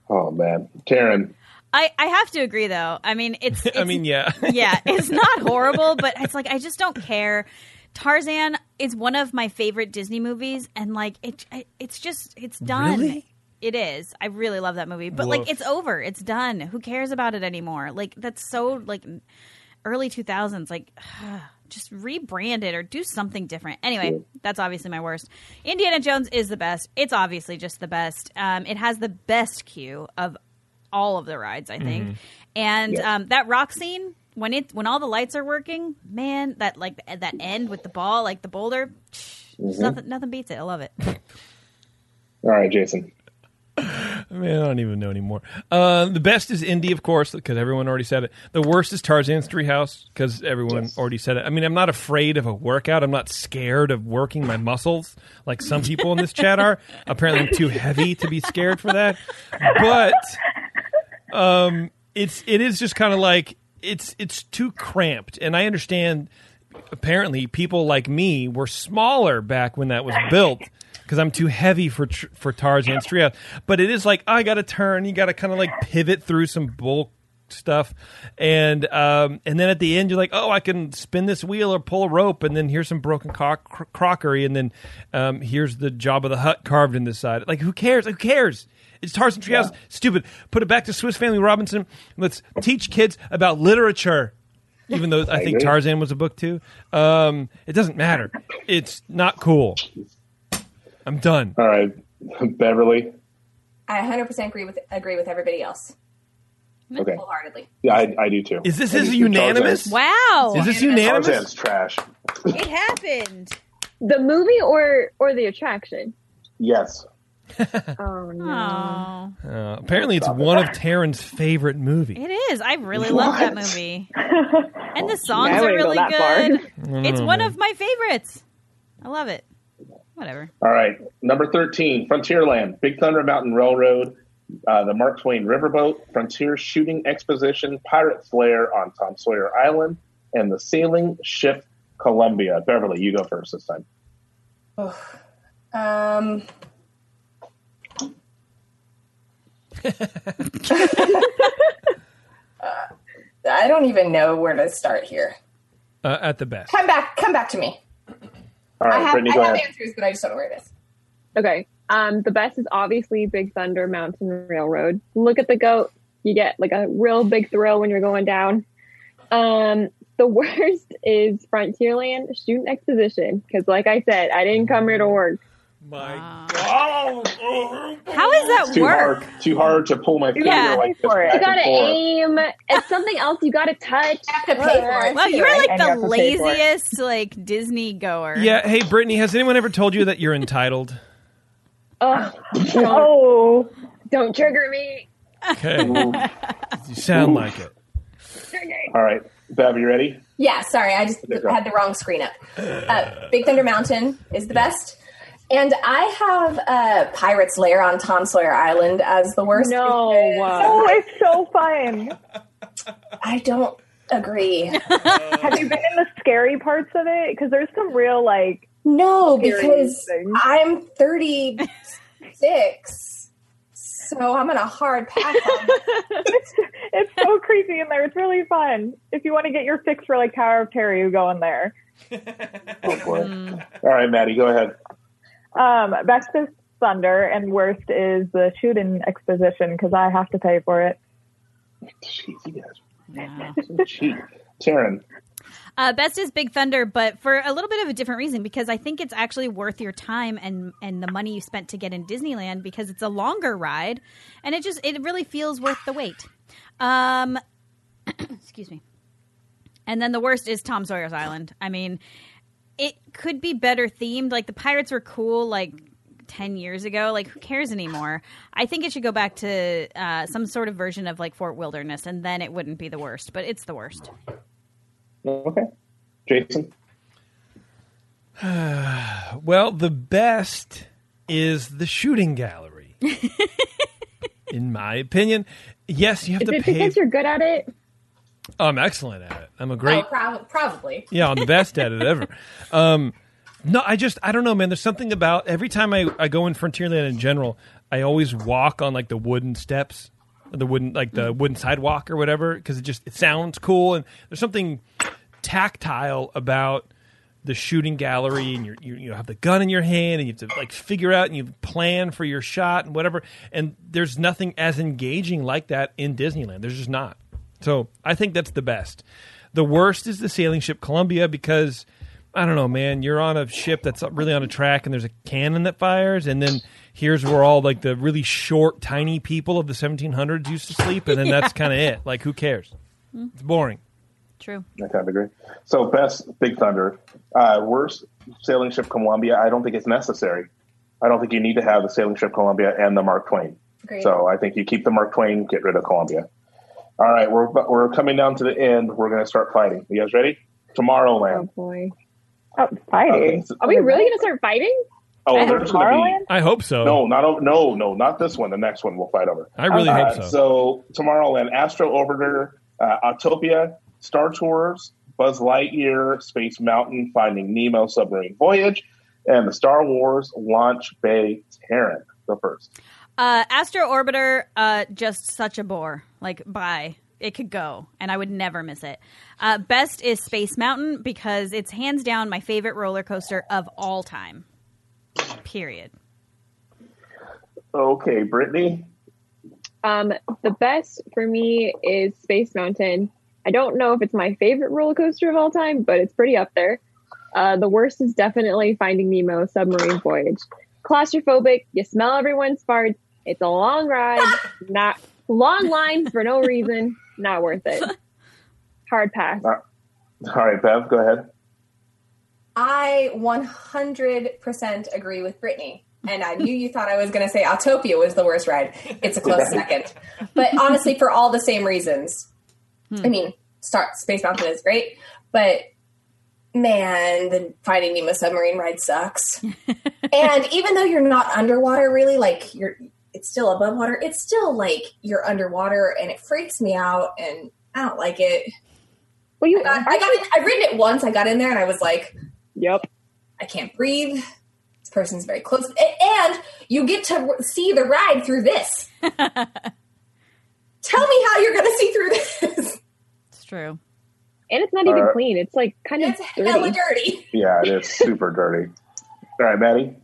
Oh man, Karen.
I I have to agree though. I mean, it's,
[LAUGHS]
it's
I mean, yeah.
yeah, it's not horrible, but it's like I just don't care. Tarzan is one of my favorite Disney movies, and like it, it's just it's done.
Really?
It is. I really love that movie, but
Woof.
like it's over. It's done. Who cares about it anymore? Like that's so like early two thousands. Like [SIGHS] just rebrand it or do something different. Anyway, that's obviously my worst. Indiana Jones is the best. It's obviously just the best. Um, it has the best queue of all of the rides, I think. And
Yeah.
um, that rock scene when it when all the lights are working, man, that like that end with the ball, like the boulder, there's nothing nothing beats it. I love it.
All right, Jason.
I mean, I don't even know anymore. Uh, the best is Indy, of course, because everyone already said it. The worst is Tarzan's Treehouse because everyone already said it. I mean, I'm not afraid of a workout. I'm not scared of working my muscles like some people in this chat are. Apparently, I'm too heavy to be scared for that. But um, it's it is just kind of like it's it's too cramped and i understand apparently people like me were smaller back when that was built because i'm too heavy for tr- for tarzan's treehouse but it is like i gotta turn you gotta kind of like pivot through some bull stuff and um and then at the end you're like oh i can spin this wheel or pull a rope and then here's some broken cock- cro- crockery and then um here's the job of the hut carved in the side like who cares who cares it's Tarzan Treehouse. Stupid. Put it back to Swiss Family Robinson. Let's teach kids about literature. [LAUGHS] Even though I think
agree.
Tarzan was a book too. Um, it doesn't matter. It's not cool. I'm done.
All right, [LAUGHS] Beverly.
I 100% agree with agree with everybody else
Okay,
wholeheartedly.
yeah, I, I do too.
Is this
I
is
do
it
too.
unanimous?
Wow,
Is this
Tarzan's,
unanimous?
Tarzan's trash.
it happened.
The movie or or the attraction?
Yes.
Oh no.
Oh,
Uh, apparently, it's one of Taryn's favorite movies.
it is. I really love that
What?
[LAUGHS]
movie, and the songs
I
are
wouldn't go
really
that far.
good. It's
know,
one
man.
of my favorites. I love it. Whatever.
All right, number 13, Frontierland, Big Thunder Mountain Railroad, uh, the Mark Twain Riverboat, Frontier Shooting Exposition, Pirate Slayer on Tom Sawyer Island, and the Sailing Ship Columbia. Beverly, you go first this time.
Um, I don't even know where to start here.
Uh, at the best.
Come back, come back to me.
All
I
right,
have,
Brittany,
I
go
have
ahead.
answers, but I just don't know where it is.
Okay. Um, the best is obviously Big Thunder Mountain Railroad. Look at the goat. You get like a real big thrill when you're going down. Um, the [LAUGHS] worst is Frontierland Student Exposition because, like I said, I didn't come here to work.
My
How is that
It's too
work?
hard, too hard to pull my finger
Yeah.
like this.
For it.
back
You gotta
and forth.
aim at something else. You gotta touch.
I have to pay for it.
Wow, you're
right?
like
And you
the
have to pay for it.
laziest like Disney goer.
Yeah. Hey, Brittany. Has anyone ever told you that you're entitled?
Ugh, don't,
oh,
don't trigger me.
Okay. you sound like it.
All right, Bev, you ready?
Yeah, sorry, I just
go.
had the wrong screen up. Uh, Big Thunder Mountain is the best, And I have uh, Pirate's Lair on Tom Sawyer Island as the worst.
No, uh,
Oh, it's so fun.
I don't agree.
Have you been in the scary parts of it? Because there's some real like
No,
Scary
because
thing.
I'm 36, so I'm on a hard pass. On that.
it's
[LAUGHS]
so creepy in there. It's really fun. If you want to get your fix for like Tower of Terror, you go in there.
Oh, boy. All right, Maddie, go ahead.
Um, best is Thunder, and worst is the shooting exposition because I have to pay for it.
Jeez, you guys [LAUGHS]
Yeah.
are so cheap. Taryn,
Uh, best is Big Thunder, but for a little bit of a different reason because I think it's actually worth your time and and the money you spent to get in Disneyland because it's a longer ride, and it just it really feels worth the wait. Um, [CLEARS THROAT] excuse me. And then the worst is Tom Sawyer's Island. I mean, it could be better themed. Like the pirates were cool, like. 10 years ago like who cares anymore i think it should go back to uh, some sort of version of like fort wilderness and then it wouldn't be the worst but it's the worst
okay. Jason,
Well, the best is the shooting
[LAUGHS]
gallery, in my opinion. Yes, you have
Is
to
it
pay.
because you're good at it?
I'm excellent at it. I'm a great.
Oh, prob- probably.
[LAUGHS] Yeah, I'm the best at it ever. Um, no, I just I don't know, man. There's something about every time I, I go in Frontierland in general, I always walk on like the wooden steps, the wooden like the wooden sidewalk or whatever, because it just it sounds cool and there's something tactile about the shooting gallery and you're, you you have the gun in your hand and you have to like figure out and you plan for your shot and whatever and there's nothing as engaging like that in Disneyland there's just not so I think that's the best the worst is the sailing ship Columbia because I don't know man you're on a ship that's really on a track and there's a cannon that fires and then here's where all like the really short tiny people of the 1700s used to sleep and then
[LAUGHS]
that's kind of it like who cares it's boring
true
I kind of agree. So, best Big Thunder, uh, worst sailing ship Columbia. I don't think it's necessary. I don't think you need to have the sailing ship Columbia and the Mark Twain.
Agreed.
So, I think you keep the Mark Twain, get rid of Columbia. All right, we're we're coming down to the end. We're going to start fighting. You guys ready?
Oh
Tomorrowland.
boy,
Oh,
Okay.
fighting.
are we really gonna start fighting?
Oh,
And
there's going to be
Tomorrowland?
I hope so
no, not o- no, no, not this one. The next one we'll fight over.
I really
Uh,
hope so.
so Tomorrowland, Astro Orbiter, uh, Autopia, Star Tours, Buzz Lightyear, Space Mountain, Finding Nemo, Submarine Voyage, and the Star Wars Launch Bay Terran. Go first.
Uh, Astro Orbiter, uh, just such a bore. Like, bye. It could go, and I would never miss it. Uh, best is Space Mountain because it's hands down my favorite roller coaster of all time. Period.
Okay, Brittany.
Um, the best for me is Space Mountain. I don't know if it's my favorite roller coaster of all time, but it's pretty up there. Uh, the worst is definitely Finding Nemo Submarine Voyage. Claustrophobic, you smell everyone's farts. It's a long ride, not long lines for no reason. Not worth it. Hard pass.
Uh, All right, Bev, go ahead.
I 100% agree with Brittany. And I knew you thought I was going to say Autopia was the worst ride. It's a close second. But honestly, for all the same reasons. I mean, Star- Space Mountain is great, but man, the Finding Nemo submarine ride sucks. and even though you're not underwater, really, like you're, it's still above water. It's still like you're underwater, and it freaks me out, and I don't like it.
Well, you.
I I got, in, I've ridden it once. I got in there, and I was like,
Yep.
I can't breathe. This person's very close. A- And you get to see the ride through this. Tell me how you're going to see through this.
It's true.
And it's not even
Uh,
clean. It's like kind of
It's hella
dirty.
dirty.
Yeah, [LAUGHS] it is super dirty. All right, Maddie.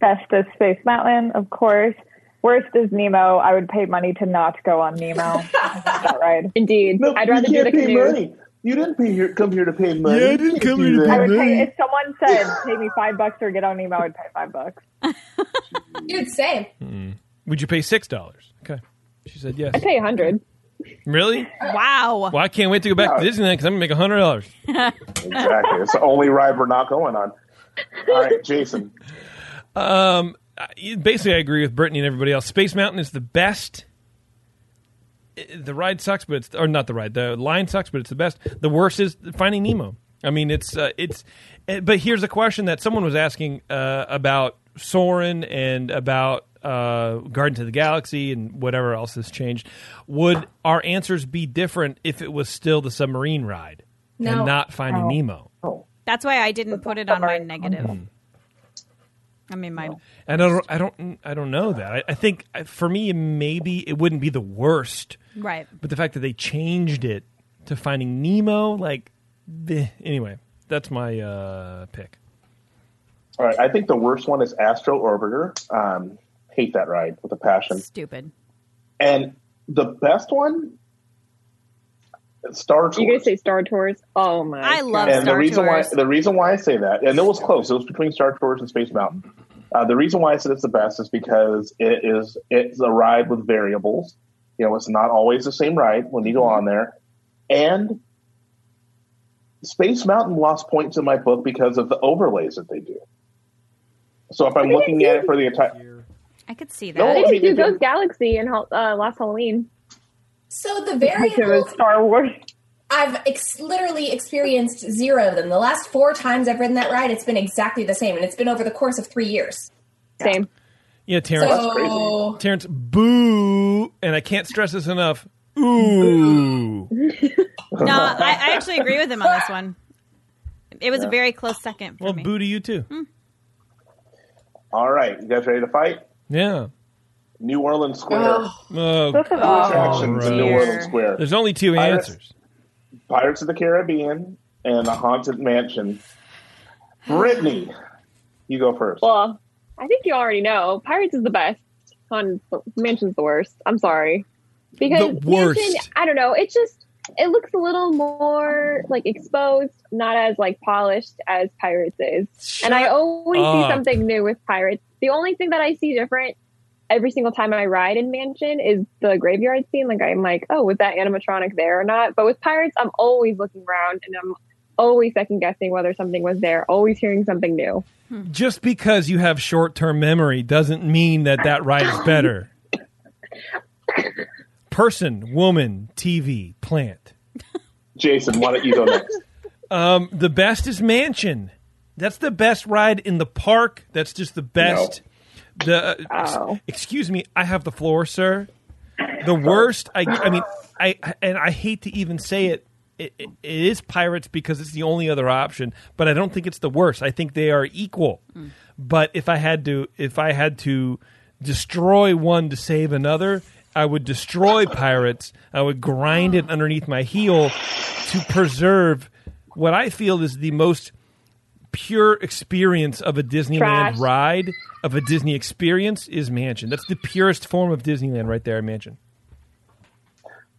Best is Space Mountain, of course. Worst is Nemo. I would pay money to not go
[LAUGHS]
on Nemo. I love that ride.
Indeed. I'd rather do the canoe.
You didn't pay here, come here to pay money.
Yeah, I You didn't can't come do here to that.
I
pay-
would pay if someone said pay me five bucks or get on Nemo. I'd pay five bucks.
Dude, same.
Would you pay six dollars? Okay. She said yes.
I'd pay a hundred.
Really?
Wow.
Well, I can't wait to go back to Disneyland because I'm gonna make hundred dollars.
Exactly. It's the only ride we're not going on. All right, [LAUGHS] Jason.
Basically, I agree with Brittany and everybody else. Space Mountain is the best. I- The ride sucks, but it's or not the ride. The line sucks, but it's the best. The worst is Finding Nemo. I mean, it's uh, it's. eh, But here's a question that someone was asking uh, about Soren and about uh, Garden to the Galaxy and whatever else has changed. Would our answers be different if it was still the submarine ride
No.
and not Finding Nemo?
That's why I didn't put it on my negative.
Hmm.
I mean, my
And I don't, I don't, I don't know that. I, I think uh, for me, maybe it wouldn't be the worst,
right.
but the fact that they changed it to Finding Nemo, like, bleh. anyway, that's my uh, pick.
All right, I think the worst one is Astro Orbiter. Um, hate that ride with a passion.
Stupid.
And the best one, Star Tours.
You guys say Star Tours? Oh my!
I love
God.
and
Star
the reason
Tours.
why the reason why I say that, and it was close. It was between Star Tours and Space Mountain. Uh, the reason why I said it's the best is because it is it's a ride with variables. You know, it's not always the same ride when you go on there, and Space Mountain lost points in my book because of the overlays that they do. So if I'm looking at it for the entire,
I could see
No,
They
that.
I mean,
didn't do
it
Ghost
did-
Galaxy and uh, last Halloween.
So the
It was
variables,
Star Wars.
I've ex- literally experienced zero of them. The last four times I've ridden that ride, it's been exactly the same, and it's been over the course of three years.
Same.
Yeah, Terrence.
so
crazy.
Terrence, boo, and I can't stress this enough. Ooh,
No, I, I actually agree with him on this one. It was a very close second for
well,
me.
boo to you too.
all right, you guys ready to fight?
Yeah.
New Orleans Square.
Oh,
This is
Attraction
Oh,
to New
dear.
Orleans Square.
there's only two
I-
answers.
Pirates of the Caribbean and the Haunted Mansion. Brittany, you go first.
Well, I think you already know. Pirates is the best. On Mansion's the worst. I'm sorry. Because
The worst.
Mansion, I don't know. It just it looks a little more like exposed, not as like polished as Pirates is. and I always
up.
see something new with Pirates. The only thing that I see different every single time I ride in Mansion is the graveyard scene. Like I'm like, oh, was that animatronic there or not? But with Pirates, I'm always looking around and I'm always second guessing whether something was there. Always hearing something new.
Just because you have short-term memory doesn't mean that that ride is better. Person, woman, TV, plant.
Jason, why don't you go next?
[LAUGHS]
Um, the best is Mansion. That's the best ride in the park. That's just the best. The uh,
Oh.
excuse me, I have the floor, sir. The worst. I, I mean, I and I hate to even say it. It, it is pirates because it's the only other option, but I don't think it's the worst. I think they are equal. But if I had to, if I had to destroy one to save another, I would destroy pirates. I would grind it underneath my heel to preserve what I feel is the most pure experience of a Disneyland
Trash.
ride of a Disney experience is Mansion. That's the purest form of Disneyland right there, Mansion.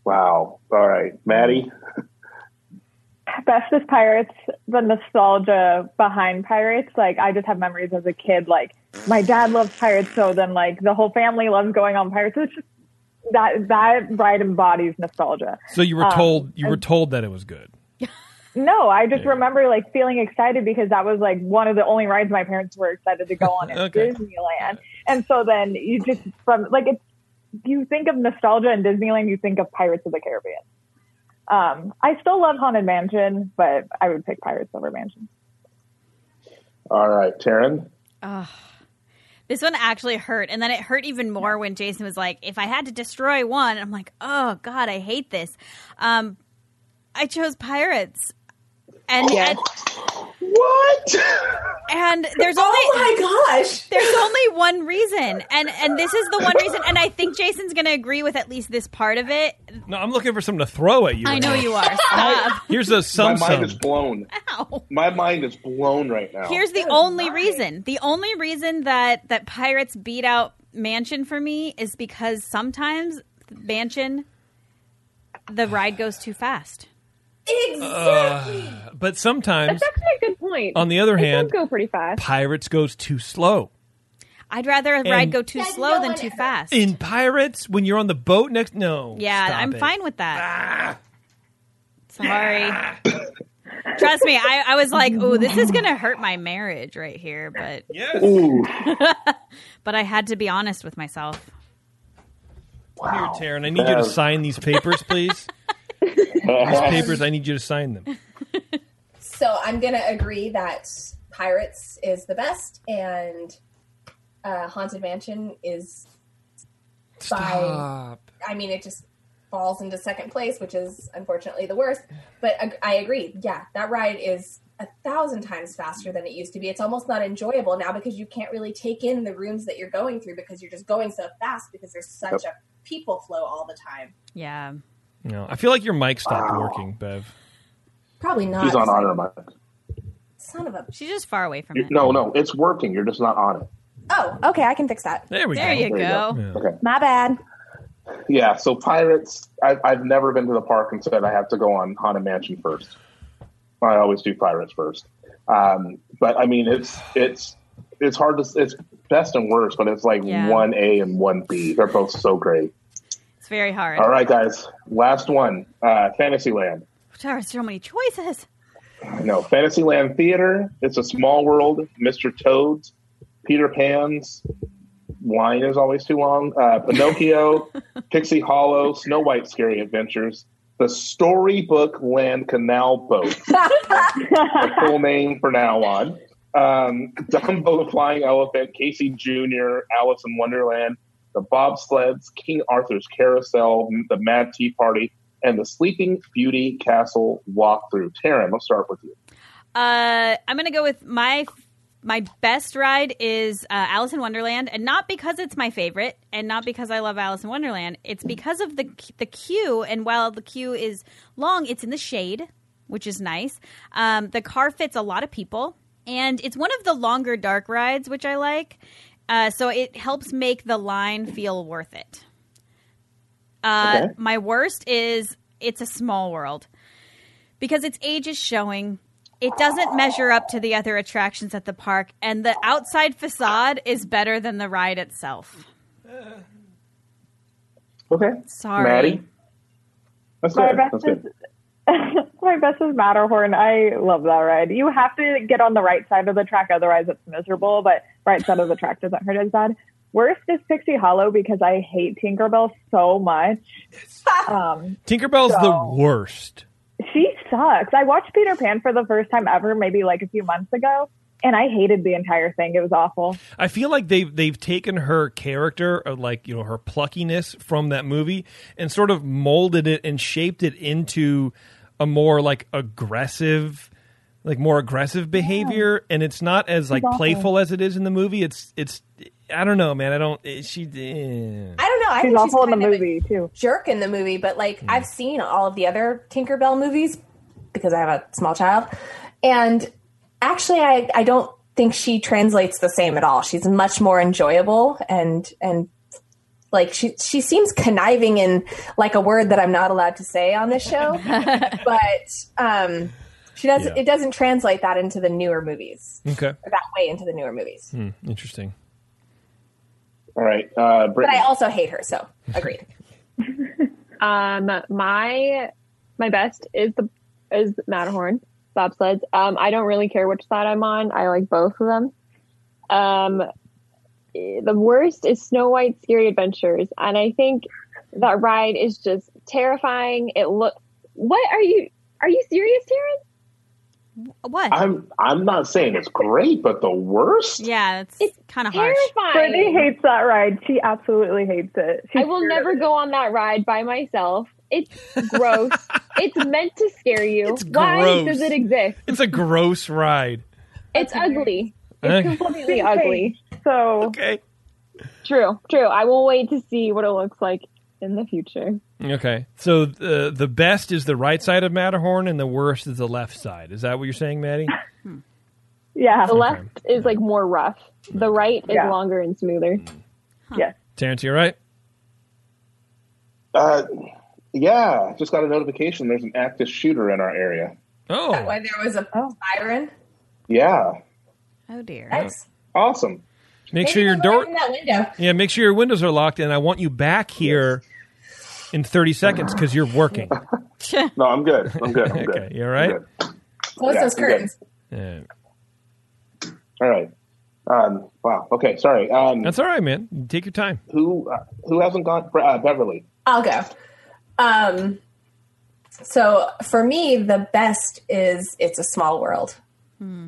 Wow. All right. Maddie,
Best is Pirates, the nostalgia behind Pirates. Like, I just have memories as a kid. Like, my dad loves Pirates, so then, like, the whole family loves going on Pirates. It's just that, that ride embodies nostalgia.
So you were
Um,
told you were told that it was good.
No, I just remember, like, feeling excited because that was, like, one of the only rides my parents were excited to go on at
Okay.
Disneyland. And so then you just, from, like, it's, you think of nostalgia and Disneyland, you think of Pirates of the Caribbean. Um, I still love Haunted Mansion, but I would pick Pirates over Mansion.
all right. Taryn,
This one actually hurt, and then it hurt even more when Jason was like, "If I had to destroy one," I'm like, "Oh God, I hate this." Um, I chose pirates, and
Yeah.
what?
and, and there's only
Oh my gosh!
there's only one reason, and and this is the one reason, and I think Jason's going to agree with at least this part of it.
No, I'm looking for something to throw at you.
I
right
know
now.
you are. Stop.
Here's a
My
sum
mind
sum.
is blown.
[LAUGHS] Ow.
My mind is blown right
Oh,
now.
Here's the only reason. The only reason that that Pirates beat out Mansion for me is because sometimes Mansion the ride goes too fast.
Exactly.
But sometimes
[LAUGHS]
That's actually a good point.
On the other
They
hand-
do go pretty fast.
Pirates goes too slow.
I'd rather a ride
And-
go too
That
slow
no
than
one
too
ever-
fast.
In Pirates, when you're on the boat next no.
yeah,
stop
I'm
it.
fine with
Ah.
that. Sorry. Trust me, I, I was like, "Ooh, this is gonna
[LAUGHS]
hurt my marriage right here," but
Yes.
Ooh.
but I had to be honest with myself.
Here, Taryn, I need you to
[LAUGHS]
sign these papers, please. Papers, I need you to sign them.
So I'm going to agree that Pirates is the best and uh, Haunted Mansion is
Stop.
I mean, it just falls into second place, which is unfortunately the worst. But I, I agree. Yeah, that ride is a thousand times faster than it used to be. It's almost not enjoyable now because you can't really take in the rooms that you're going through because you're just going so fast because there's such
Yep.
a people flow all the time.
Yeah.
No, I feel like your mic stopped
Wow.
working, Bev.
Probably not.
He's on honor mic.
Son of a.
She's just far away from
You-
it.
No, no, it's working. You're just not on it.
Oh, okay. I can fix that.
There we
There
go.
There
you
you
go.
Yeah.
Okay.
My bad.
Yeah. So pirates. I've, I've never been to the park and said I have to go on Haunted Mansion first. I always do pirates first. Um, but I mean, it's it's it's hard to. It's best and worst, but it's like
Yeah.
one A and one B. They're both so great.
It's very hard.
All right, guys. Last one. Uh, Fantasyland.
There are so many choices.
No, Fantasyland Theater. It's a small world. Mr. Toad's, Peter Pan's. Line is always too long. Uh, Pinocchio, Pixie Hollow, Snow White Scary Adventures, the Storybook Land Canal Boat. the full name for now on. Um, Dumbo the Flying Elephant, Casey Jr., Alice in Wonderland, the Bobsleds, King Arthur's Carousel, the Mad Tea Party, and the Sleeping Beauty Castle walkthrough. Taryn, let's start with you.
Uh, I'm gonna go with my my best ride is uh, Alice in Wonderland, and not because it's my favorite, and not because I love Alice in Wonderland. It's because of the the queue, and while the queue is long, it's in the shade, which is nice. Um, the car fits a lot of people, and it's one of the longer dark rides, which I like. Uh, so it helps make the line feel worth it. Uh,
Okay.
My worst is it's a small world because its age is showing. It doesn't measure up to the other attractions at the park, and the outside facade is better than the ride itself.
Okay.
Sorry.
Maddie? That's
My
good.
best
That's
is
good.
my best is [LAUGHS] Matterhorn. I love that ride. You have to get on the right side of the track, otherwise it's miserable. But right side of the track doesn't hurt as bad. Worst is Pixie Hollow because I hate Tinkerbell so much. Um,
Tinkerbell's
So-
the worst.
she sucks. I watched Peter Pan for the first time ever, maybe like a few months ago, and I hated the entire thing. It was awful.
I feel like they've they've taken her character, of like you know her pluckiness from that movie, and sort of molded it and shaped it into a more like aggressive, like more aggressive behavior. And it's not as like
awful.
playful as it is in the movie. It's it's I don't know, man. I don't. It, she. eh.
I don't know. I
She's
think Oh, she's
awful in the
kind of a
movie too.
jerk in the movie, but like
Hmm.
I've seen all of the other Tinkerbell movies because I have a small child. And actually I, I don't think she translates the same at all. She's much more enjoyable and and like she she seems conniving in like a word that I'm not allowed to say on this
[LAUGHS]
show. but um she doesn't
Yeah.
it doesn't translate that into the newer movies.
Okay,
Or that way into the newer movies.
Hmm, interesting.
All right. Uh,
But
Brittany.
I also hate her,
[LAUGHS]
so agreed.
Um, my my best is the is Matterhorn bobsleds. Um, I don't really care which side I'm on. I like both of them. Um, eh, the worst is Snow White Scary Adventures, and I think that ride is just terrifying. It look. What are you? Are you serious, Taryn?
What?
I'm I'm not saying it's great, but the worst.
yeah, that's
It's
kind of harsh.
Brittany
Terrifying.
hates that ride. She absolutely hates it. She
I will never go on that ride by myself. It's gross.
[LAUGHS]
it's meant to scare you.
It's
Why
gross.
does it exist?
It's a gross ride.
It's ugly. It's
Okay.
completely ugly.
So
Okay.
True, true. I will wait to see what it looks like in the future.
Okay. So uh, the the best is the right side of Matterhorn, and the worst is the left side. Is that what you're saying, Maddie?
yeah,
The left is like more rough. The right is
Yeah.
longer and smoother.
Mm.
yes.
Terrence, you're right.
Uh, yeah. Just got a notification. There's an active shooter in our area.
Oh,
Why there was a
Oh.
siren.
Yeah.
Oh dear.
Thanks.
Awesome.
make
Maybe
sure your
they'll go
door.
right in that window.
Yeah, make sure your windows are locked, and I want you back here in 30 seconds because you're working.
No, I'm good. I'm good.
[LAUGHS]
I'm good.
Okay, you all right?
I'm good.
Close
Yeah,
those
you're
curtains.
Yeah.
All right. Um, wow. Okay. Sorry. Um,
That's all right, man. You Take your time.
who uh, who hasn't gone? Uh, Beverly.
I'll go. Um, So for me, the best is It's a Small World.
Hmm.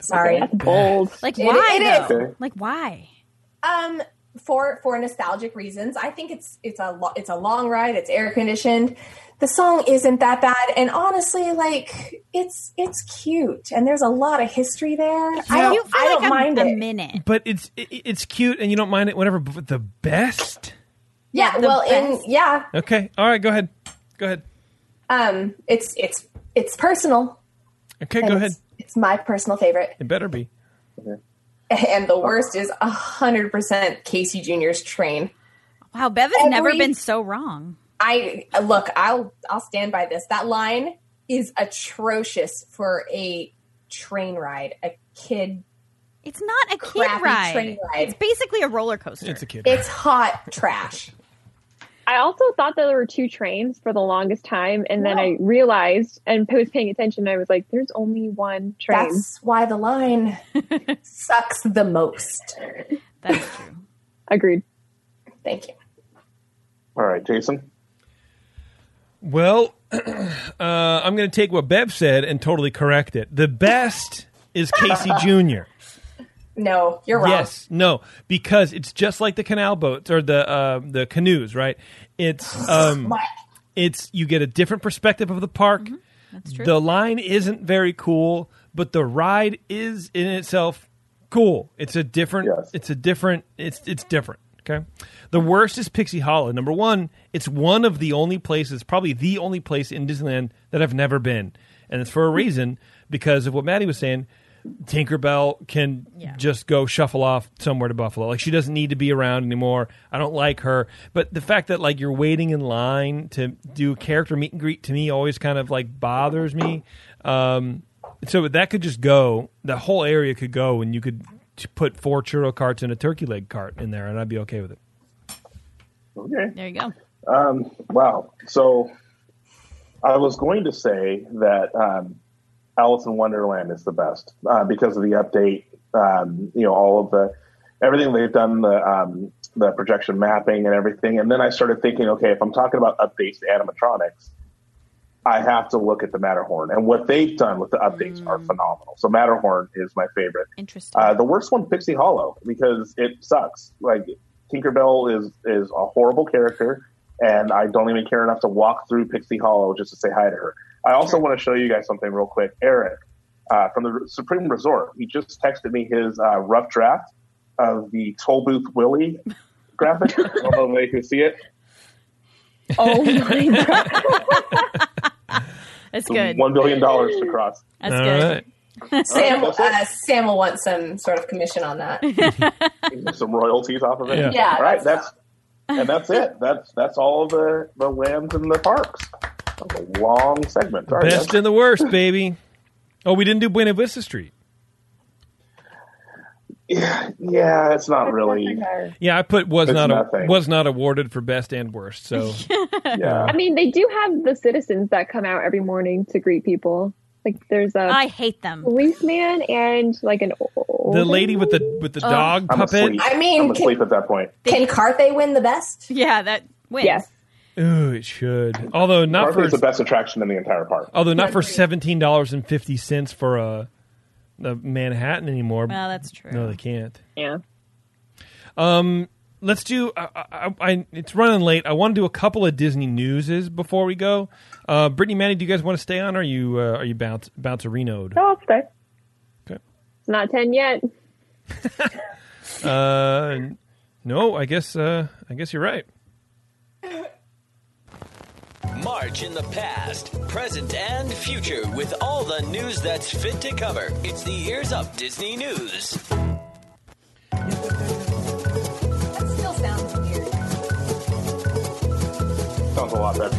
Sorry.
That's bold.
[LAUGHS] Like
It-
why?
it is.
though?
Okay.
Like why?
Um, for for nostalgic reasons, I think it's it's a lo- it's a long ride. It's air conditioned. The song isn't that bad, and honestly, like it's it's cute, and there's a lot of history there. I
I
don't,
do feel
I don't
like
mind
a, a
it.
minute.
But it's it, it's cute and you don't mind it, whatever. But the best.
yeah,
the
well, and
best.
yeah,
Okay. All right. Go ahead. Go ahead.
um, it's it's it's personal.
Okay.
and
Go ahead.
it's, It's my personal favorite,
It better be.
[LAUGHS] and the worst is hundred percent Casey Junior's train.
Wow, Bev has never
Every-
been so wrong.
I look, I'll I'll stand by this. That line is atrocious for a train ride, a kid
It's not a kid
Crappy
ride.
train ride.
It's basically a roller coaster.
It's a kid.
It's hot [LAUGHS] trash.
[LAUGHS] I also thought that there were two trains for the longest time, and then I realized and I was paying attention. And I was like, "There's only one train."
That's why the [LAUGHS] line sucks the most.
That's true.
Agreed.
Thank you.
All right, Jason.
Well, [CLEARS THROAT] uh, I'm going to take what Bev said and totally correct it. The best is Casey Jr.
No, you're wrong.
Yes, no, because it's just like the canal boats or the uh, the canoes, right? It's um,
What?
it's you get a different perspective of the park. That's
true.
The line isn't very cool, but the ride is in itself cool. It's a different.
Yes.
It's a different. It's it's different. Okay. The worst is Pixie Hollow. Number one, it's one of the only places, probably the only place in Disneyland that I've never been, and it's for a reason because of what Maddie was saying. Tinkerbell can just go shuffle off somewhere to Buffalo. Like she doesn't need to be around anymore. I don't like her. But the fact that like you're waiting in line to do character meet and greet to me always kind of like bothers me. Um, so that could just go. The whole area could go, and you could t- put four churro carts and a turkey leg cart in there, and I'd be okay with it.
Okay.
There you go.
Um, wow. So I was going to say that um, Alice in Wonderland is the best uh, because of the update. Um, you know, all of the everything they've done, the um, the projection mapping and everything. And then I started thinking, okay, if I'm talking about updates to animatronics, I have to look at the Matterhorn and what they've done with the updates are phenomenal. So Matterhorn is my favorite.
Interesting.
Uh, the worst one, Pixie Hollow, because it sucks. Like Tinkerbell is is a horrible character, and I don't even care enough to walk through Pixie Hollow just to say hi to her. I also want to show you guys something real quick. Eric uh, from the Supreme Resort, he just texted me his uh, rough draft of the Toll Booth Willie graphic. I don't know if they can see it.
Oh my god!
That's good.
One billion dollars to cross.
That's
All
good.
right.
Sam,
All right, that's
uh, Sam will want some sort of commission on [LAUGHS] that.
it. some royalties off of it.
Yeah.
Yeah,
All right. That's and
[LAUGHS]
that's it. That's that's all the the lands and the parks. That's a long segment. Sorry,
Best
guys.
and the worst, baby. Oh, we didn't do Buena Vista Street.
yeah, it's not really.
Yeah, I put was
It's
not a,
nothing.
was not awarded for best and worst.
[LAUGHS]
So
Yeah.
I mean, they do have the citizens that come out every morning to greet people. Like, there's a
I hate them.
policeman and like an old
the lady with the with the
Oh.
dog
I'm
puppet.
asleep.
I mean,
I'm
can-
asleep at that point.
Can Carthay win the best?
Yeah, that wins.
Yes.
Ooh, it should. Although not
Park is the
for Oh.
best attraction in the entire park.
although not for seventeen dollars and fifty cents for a, a Manhattan anymore.
Well, that's true.
no, they can't.
Yeah.
let's do. I, I, I, it's running late. I want to do a couple of Disney newses before we go. Uh, Brittany, Manny, do you guys want to stay on? Or are you uh, are you bounce bouncerinoed?
No, I'll stay.
Okay.
Oh, It's not ten yet.
Uh, no, I guess uh, I guess you're right.
March in the past, present, and future with all the news that's fit to cover. It's the Ears Up Disney News.
That still sounds weird.
Sounds a lot better.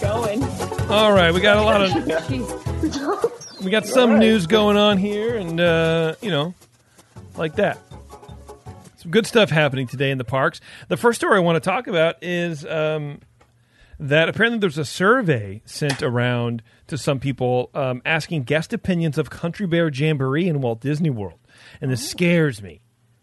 Going.
All right, we got a lot
[LAUGHS]
of we got some
All right.
news going on here, and uh, you know, like that. Some good stuff happening today in the parks. The first story I want to talk about is um, that apparently there's a survey sent around to some people um, asking guest opinions of Country Bear Jamboree in Walt Disney World, and
Oh.
this scares me.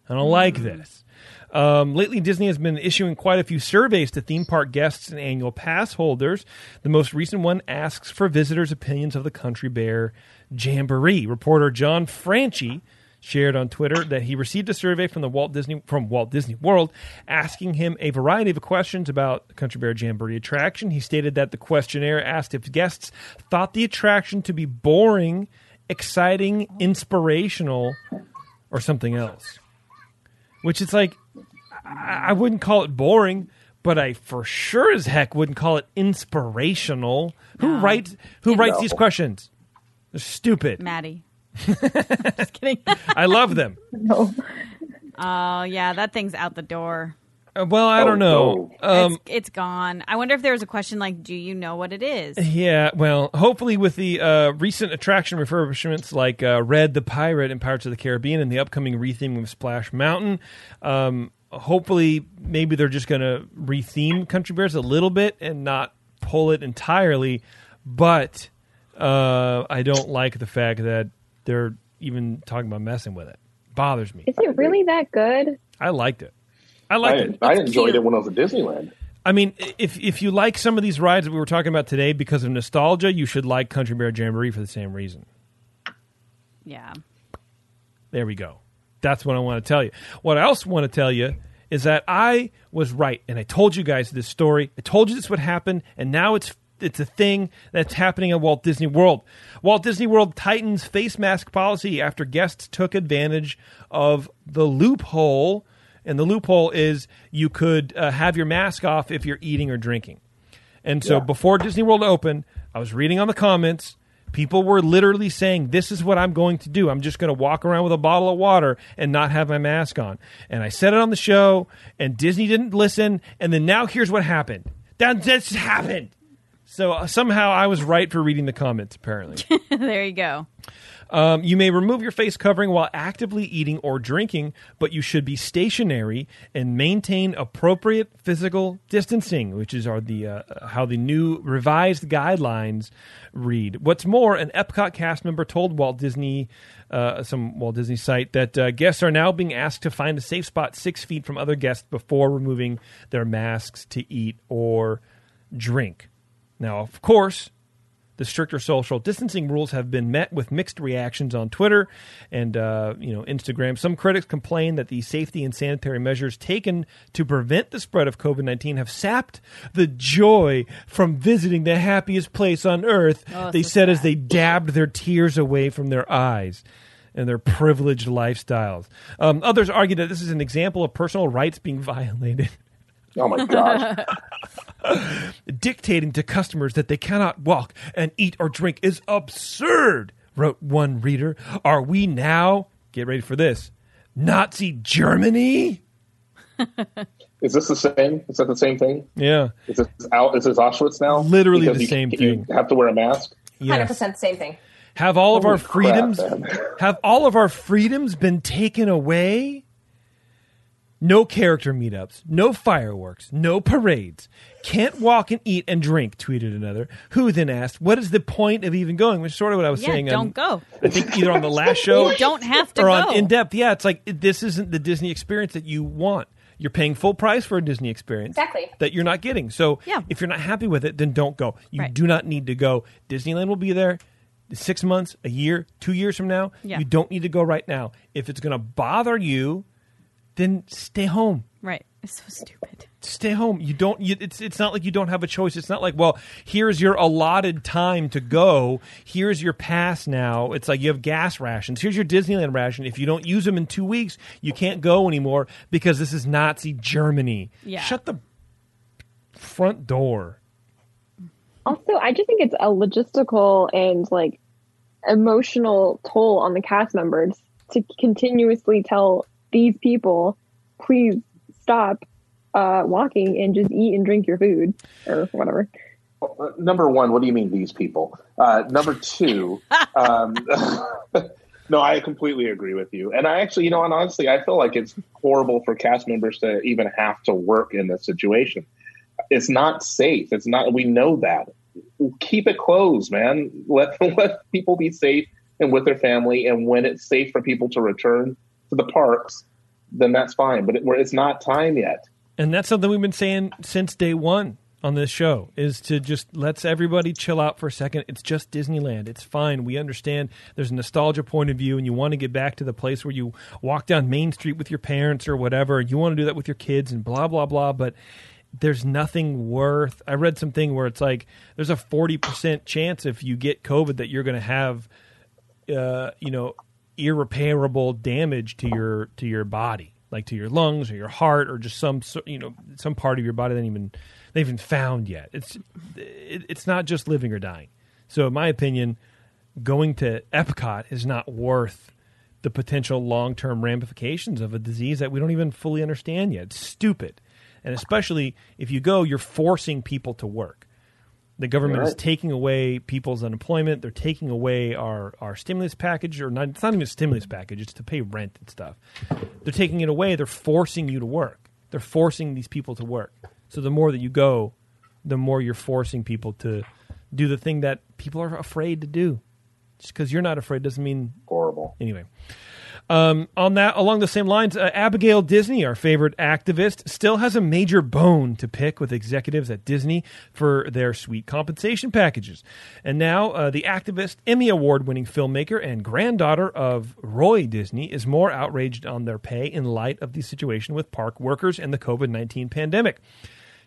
I don't like
Hmm.
this. Um, lately, Disney has been issuing quite a few surveys to theme park guests and annual pass holders. The most recent one asks for visitors' opinions of the Country Bear Jamboree. Reporter John Franchi shared on Twitter that he received a survey from the Walt Disney from Walt Disney World asking him a variety of questions about the Country Bear Jamboree attraction. He stated that the questionnaire asked if guests thought the attraction to be boring, exciting, inspirational, or something else. Which it's like I, I wouldn't call it boring, but I for sure as heck wouldn't call it inspirational. Who writes who writes these questions? They're stupid.
Maddie. Just kidding.
I love them.
Oh yeah, that thing's out the door.
Uh, Well, I don't
Oh,
know. Um,
it's, it's gone. I wonder if there was a question like, "Do you know what it is?"
Yeah, well, hopefully with the uh, recent attraction refurbishments like uh, Red the Pirate in Pirates of the Caribbean and the upcoming retheming of Splash Mountain, um, hopefully maybe they're just going to retheme Country Bears a little bit and not pull it entirely. But uh, I don't like the fact that they're even talking about messing with it. Bothers me.
Is it really that good?
I liked it. I liked
I,
it.
I enjoyed
cute.
it when I was at Disneyland.
I mean, if if you like some of these rides that we were talking about today because of nostalgia, you should like Country Bear Jamboree for the same reason.
Yeah. [LAUGHS]
There we go. That's what I want to tell you. What I also want to tell you is that I was right, and I told you guys this story. I told you this would happen, and now it's it's a thing that's happening at Walt Disney World. Walt Disney World tightens face mask policy after guests took advantage of the loophole, and the loophole is you could uh, have your mask off if you're eating or drinking. And so before Disney World opened, I was reading on the comments. People were literally saying, This is what I'm going to do. I'm just going to walk around with a bottle of water and not have my mask on. And I said it on the show, and Disney didn't listen. And then now here's what happened. That just happened. So uh, somehow I was right for reading the comments, apparently.
there you go.
Um, you may remove your face covering while actively eating or drinking, but you should be stationary and maintain appropriate physical distancing, which is are the uh, how the new revised guidelines read. What's more, an Epcot cast member told Walt Disney, uh, some Walt Disney site, that uh, guests are now being asked to find a safe spot six feet from other guests before removing their masks to eat or drink. Now, of course, the stricter social distancing rules have been met with mixed reactions on Twitter and uh, you know Instagram. Some critics complain that the safety and sanitary measures taken to prevent the spread of COVID nineteen have sapped the joy from visiting the happiest place on earth. they said as they dabbed their tears away from their eyes and their privileged lifestyles. Um, others argue that this is an example of personal rights being [LAUGHS] violated
Oh my gosh.
[LAUGHS]
dictating to customers that they cannot walk and eat or drink is absurd, wrote one reader. Are we now, get ready for this, Nazi Germany?
Is this the same? Is that the same thing?
Yeah.
Is this out? Is this Auschwitz now?
Literally
Because
the
you-
same
you
thing.
Have to wear a mask.
Hundred
Yes.
percent the same thing.
Have all of our freedoms
man.
have all of our freedoms been taken away? No character meetups, no fireworks, no parades. Can't walk and eat and drink, tweeted another, who then asked, What is the point of even going? Which is sort of what I was
Yeah,
saying. on-
don't go.
I think either on the last show
You don't have to
or
go.
on in depth. Yeah, it's like it- this isn't the Disney experience that you want. You're paying full price for a Disney experience
Exactly.
that you're not getting. So
Yeah.
if you're not happy with it, then don't go. You
Right.
do not need to go. Disneyland will be there six months, a year, two years from now.
Yeah.
You don't need to go right now. If it's going to bother you, then stay home
Right. It's so stupid.
stay home. You don't. You, it's it's not like you don't have a choice. It's not like well, here's your allotted time to go. Here's your pass now. It's like you have gas rations. Here's your Disneyland ration. If you don't use them in two weeks, you can't go anymore because this is Nazi Germany.
Yeah.
Shut the front door.
Also, I just think it's a logistical and like emotional toll on the cast members to continuously tell these people, please stop uh, walking and just eat and drink your food or whatever.
Uh, Number one, what do you mean these people? Uh, number two, um, [LAUGHS] no, I completely agree with you. And I actually, you know, and honestly, I feel like it's horrible for cast members to even have to work in this situation. it's not safe. It's not. We know that. Keep it closed, man. Let [LAUGHS] let people be safe and with their family. And when it's safe for people to return to the parks, then that's fine. But it, where it's not time yet.
And that's something we've been saying since day one on this show is to just let's everybody chill out for a second. It's just Disneyland. It's fine. We understand there's a nostalgia point of view and you want to get back to the place where you walk down Main Street with your parents or whatever. You want to do that with your kids and blah blah blah, but there's nothing worth. I read something where it's like there's a 40% chance if you get COVID that you're going to have uh, you know, irreparable damage to your to your body like to your lungs or your heart or just some so- you know some part of your body that ain't even they haven't found yet. It's it, it's not just living or dying. So in my opinion, going to Epcot is not worth the potential long term ramifications of a disease that we don't even fully understand yet. It's stupid, and especially if you go, you're forcing people to work. The government is
Right.
taking away people's unemployment. They're taking away our, our stimulus package, or not, it's not even a stimulus package. It's to pay rent and stuff. They're taking it away. They're forcing you to work. They're forcing these people to work. So the more that you go, the more you're forcing people to do the thing that people are afraid to do. Just because you're not afraid doesn't mean
Horrible.
anyway. Um, on that, along the same lines, uh, Abigail Disney, our favorite activist, still has a major bone to pick with executives at Disney for their sweet compensation packages. And now, uh, the activist, Emmy Award-winning filmmaker and granddaughter of Roy Disney, is more outraged on their pay in light of the situation with park workers and the COVID nineteen pandemic.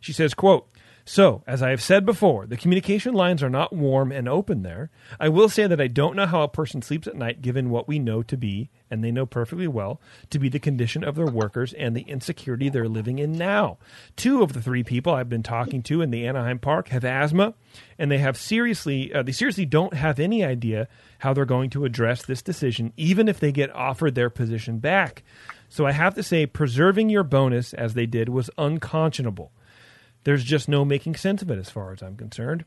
She says, quote, so, as I have said before, the communication lines are not warm and open there. I will say that I don't know how a person sleeps at night given what we know to be, and they know perfectly well, to be the condition of their workers and the insecurity they're living in now. Two of the three people I've been talking to in the Anaheim Park have asthma, and they have seriously, uh, they seriously don't have any idea how they're going to address this decision, even if they get offered their position back. So I have to say, preserving your bonus as they did was unconscionable. There's just no making sense of it as far as I'm concerned.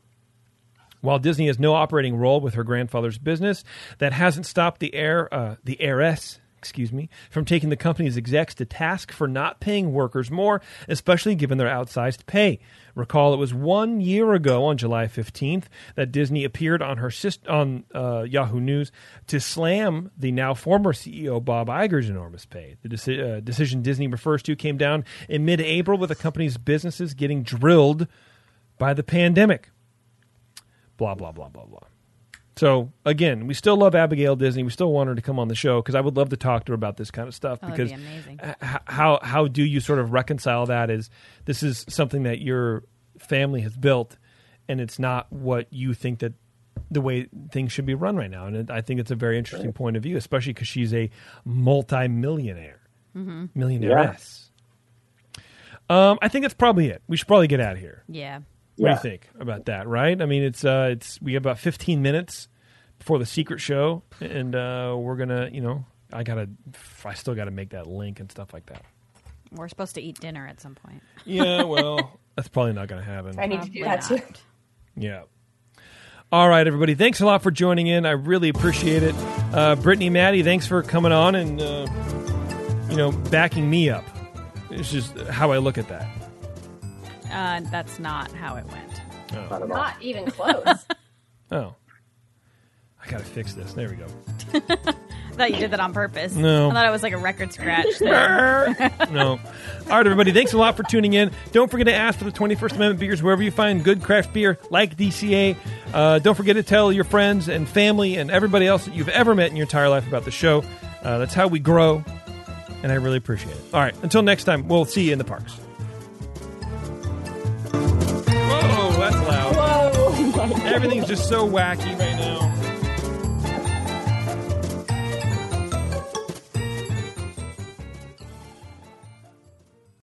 While Disney has no operating role with her grandfather's business, that hasn't stopped the heir, uh, the heiress, excuse me, from taking the company's execs to task for not paying workers more, especially given their outsized pay. Recall it was one year ago on July 15th that Disney appeared on her sis- on uh, Yahoo News to slam the now former CEO Bob Iger's enormous pay. The deci- uh, decision Disney refers to came down in mid-April with the company's businesses getting drilled by the pandemic blah blah blah blah blah. So again, we still love Abigail Disney. We still want her to come on the show because I would love to talk to her about this kind of stuff.
Oh, that'd
because
be amazing.
h- h- how how do you sort of reconcile that? Is this is something that your family has built, and it's not what you think that the way things should be run right now. And it, I think it's a very interesting point of view, especially because she's a multi-millionaire,
Mm-hmm.
millionaireess. Um, I think that's probably it. We should probably get out of here.
Yeah.
What
Yeah.
do you think about that? Right? I mean, it's uh, it's we have about 15 minutes before the secret show, and uh, we're gonna, you know, I gotta, I still gotta make that link and stuff like that.
We're supposed to eat dinner at some point.
Yeah, well, [LAUGHS] that's probably not gonna happen.
I need to do that too.
Yeah. All right, everybody. Thanks a lot for joining in. I really appreciate it. Uh, Brittany, Maddie, thanks for coming on and uh, you know backing me up. It's just how I look at that.
Uh, that's not how it went.
Not at all.
Not [LAUGHS] even close.
Oh, I gotta fix this. There we go.
I thought you did that on purpose.
No.
I thought it was like a record scratch.
[LAUGHS]
thing.
no. All right, everybody. Thanks a lot for tuning in. Don't forget to ask for the 21st Amendment beers wherever you find good craft beer like DCA. Uh, don't forget to tell your friends and family and everybody else that you've ever met in your entire life about the show. Uh, that's how we grow, and I really appreciate it. All right. Until next time, we'll see you in the parks. Whoa, that's loud. Whoa. Everything's just so wacky right now.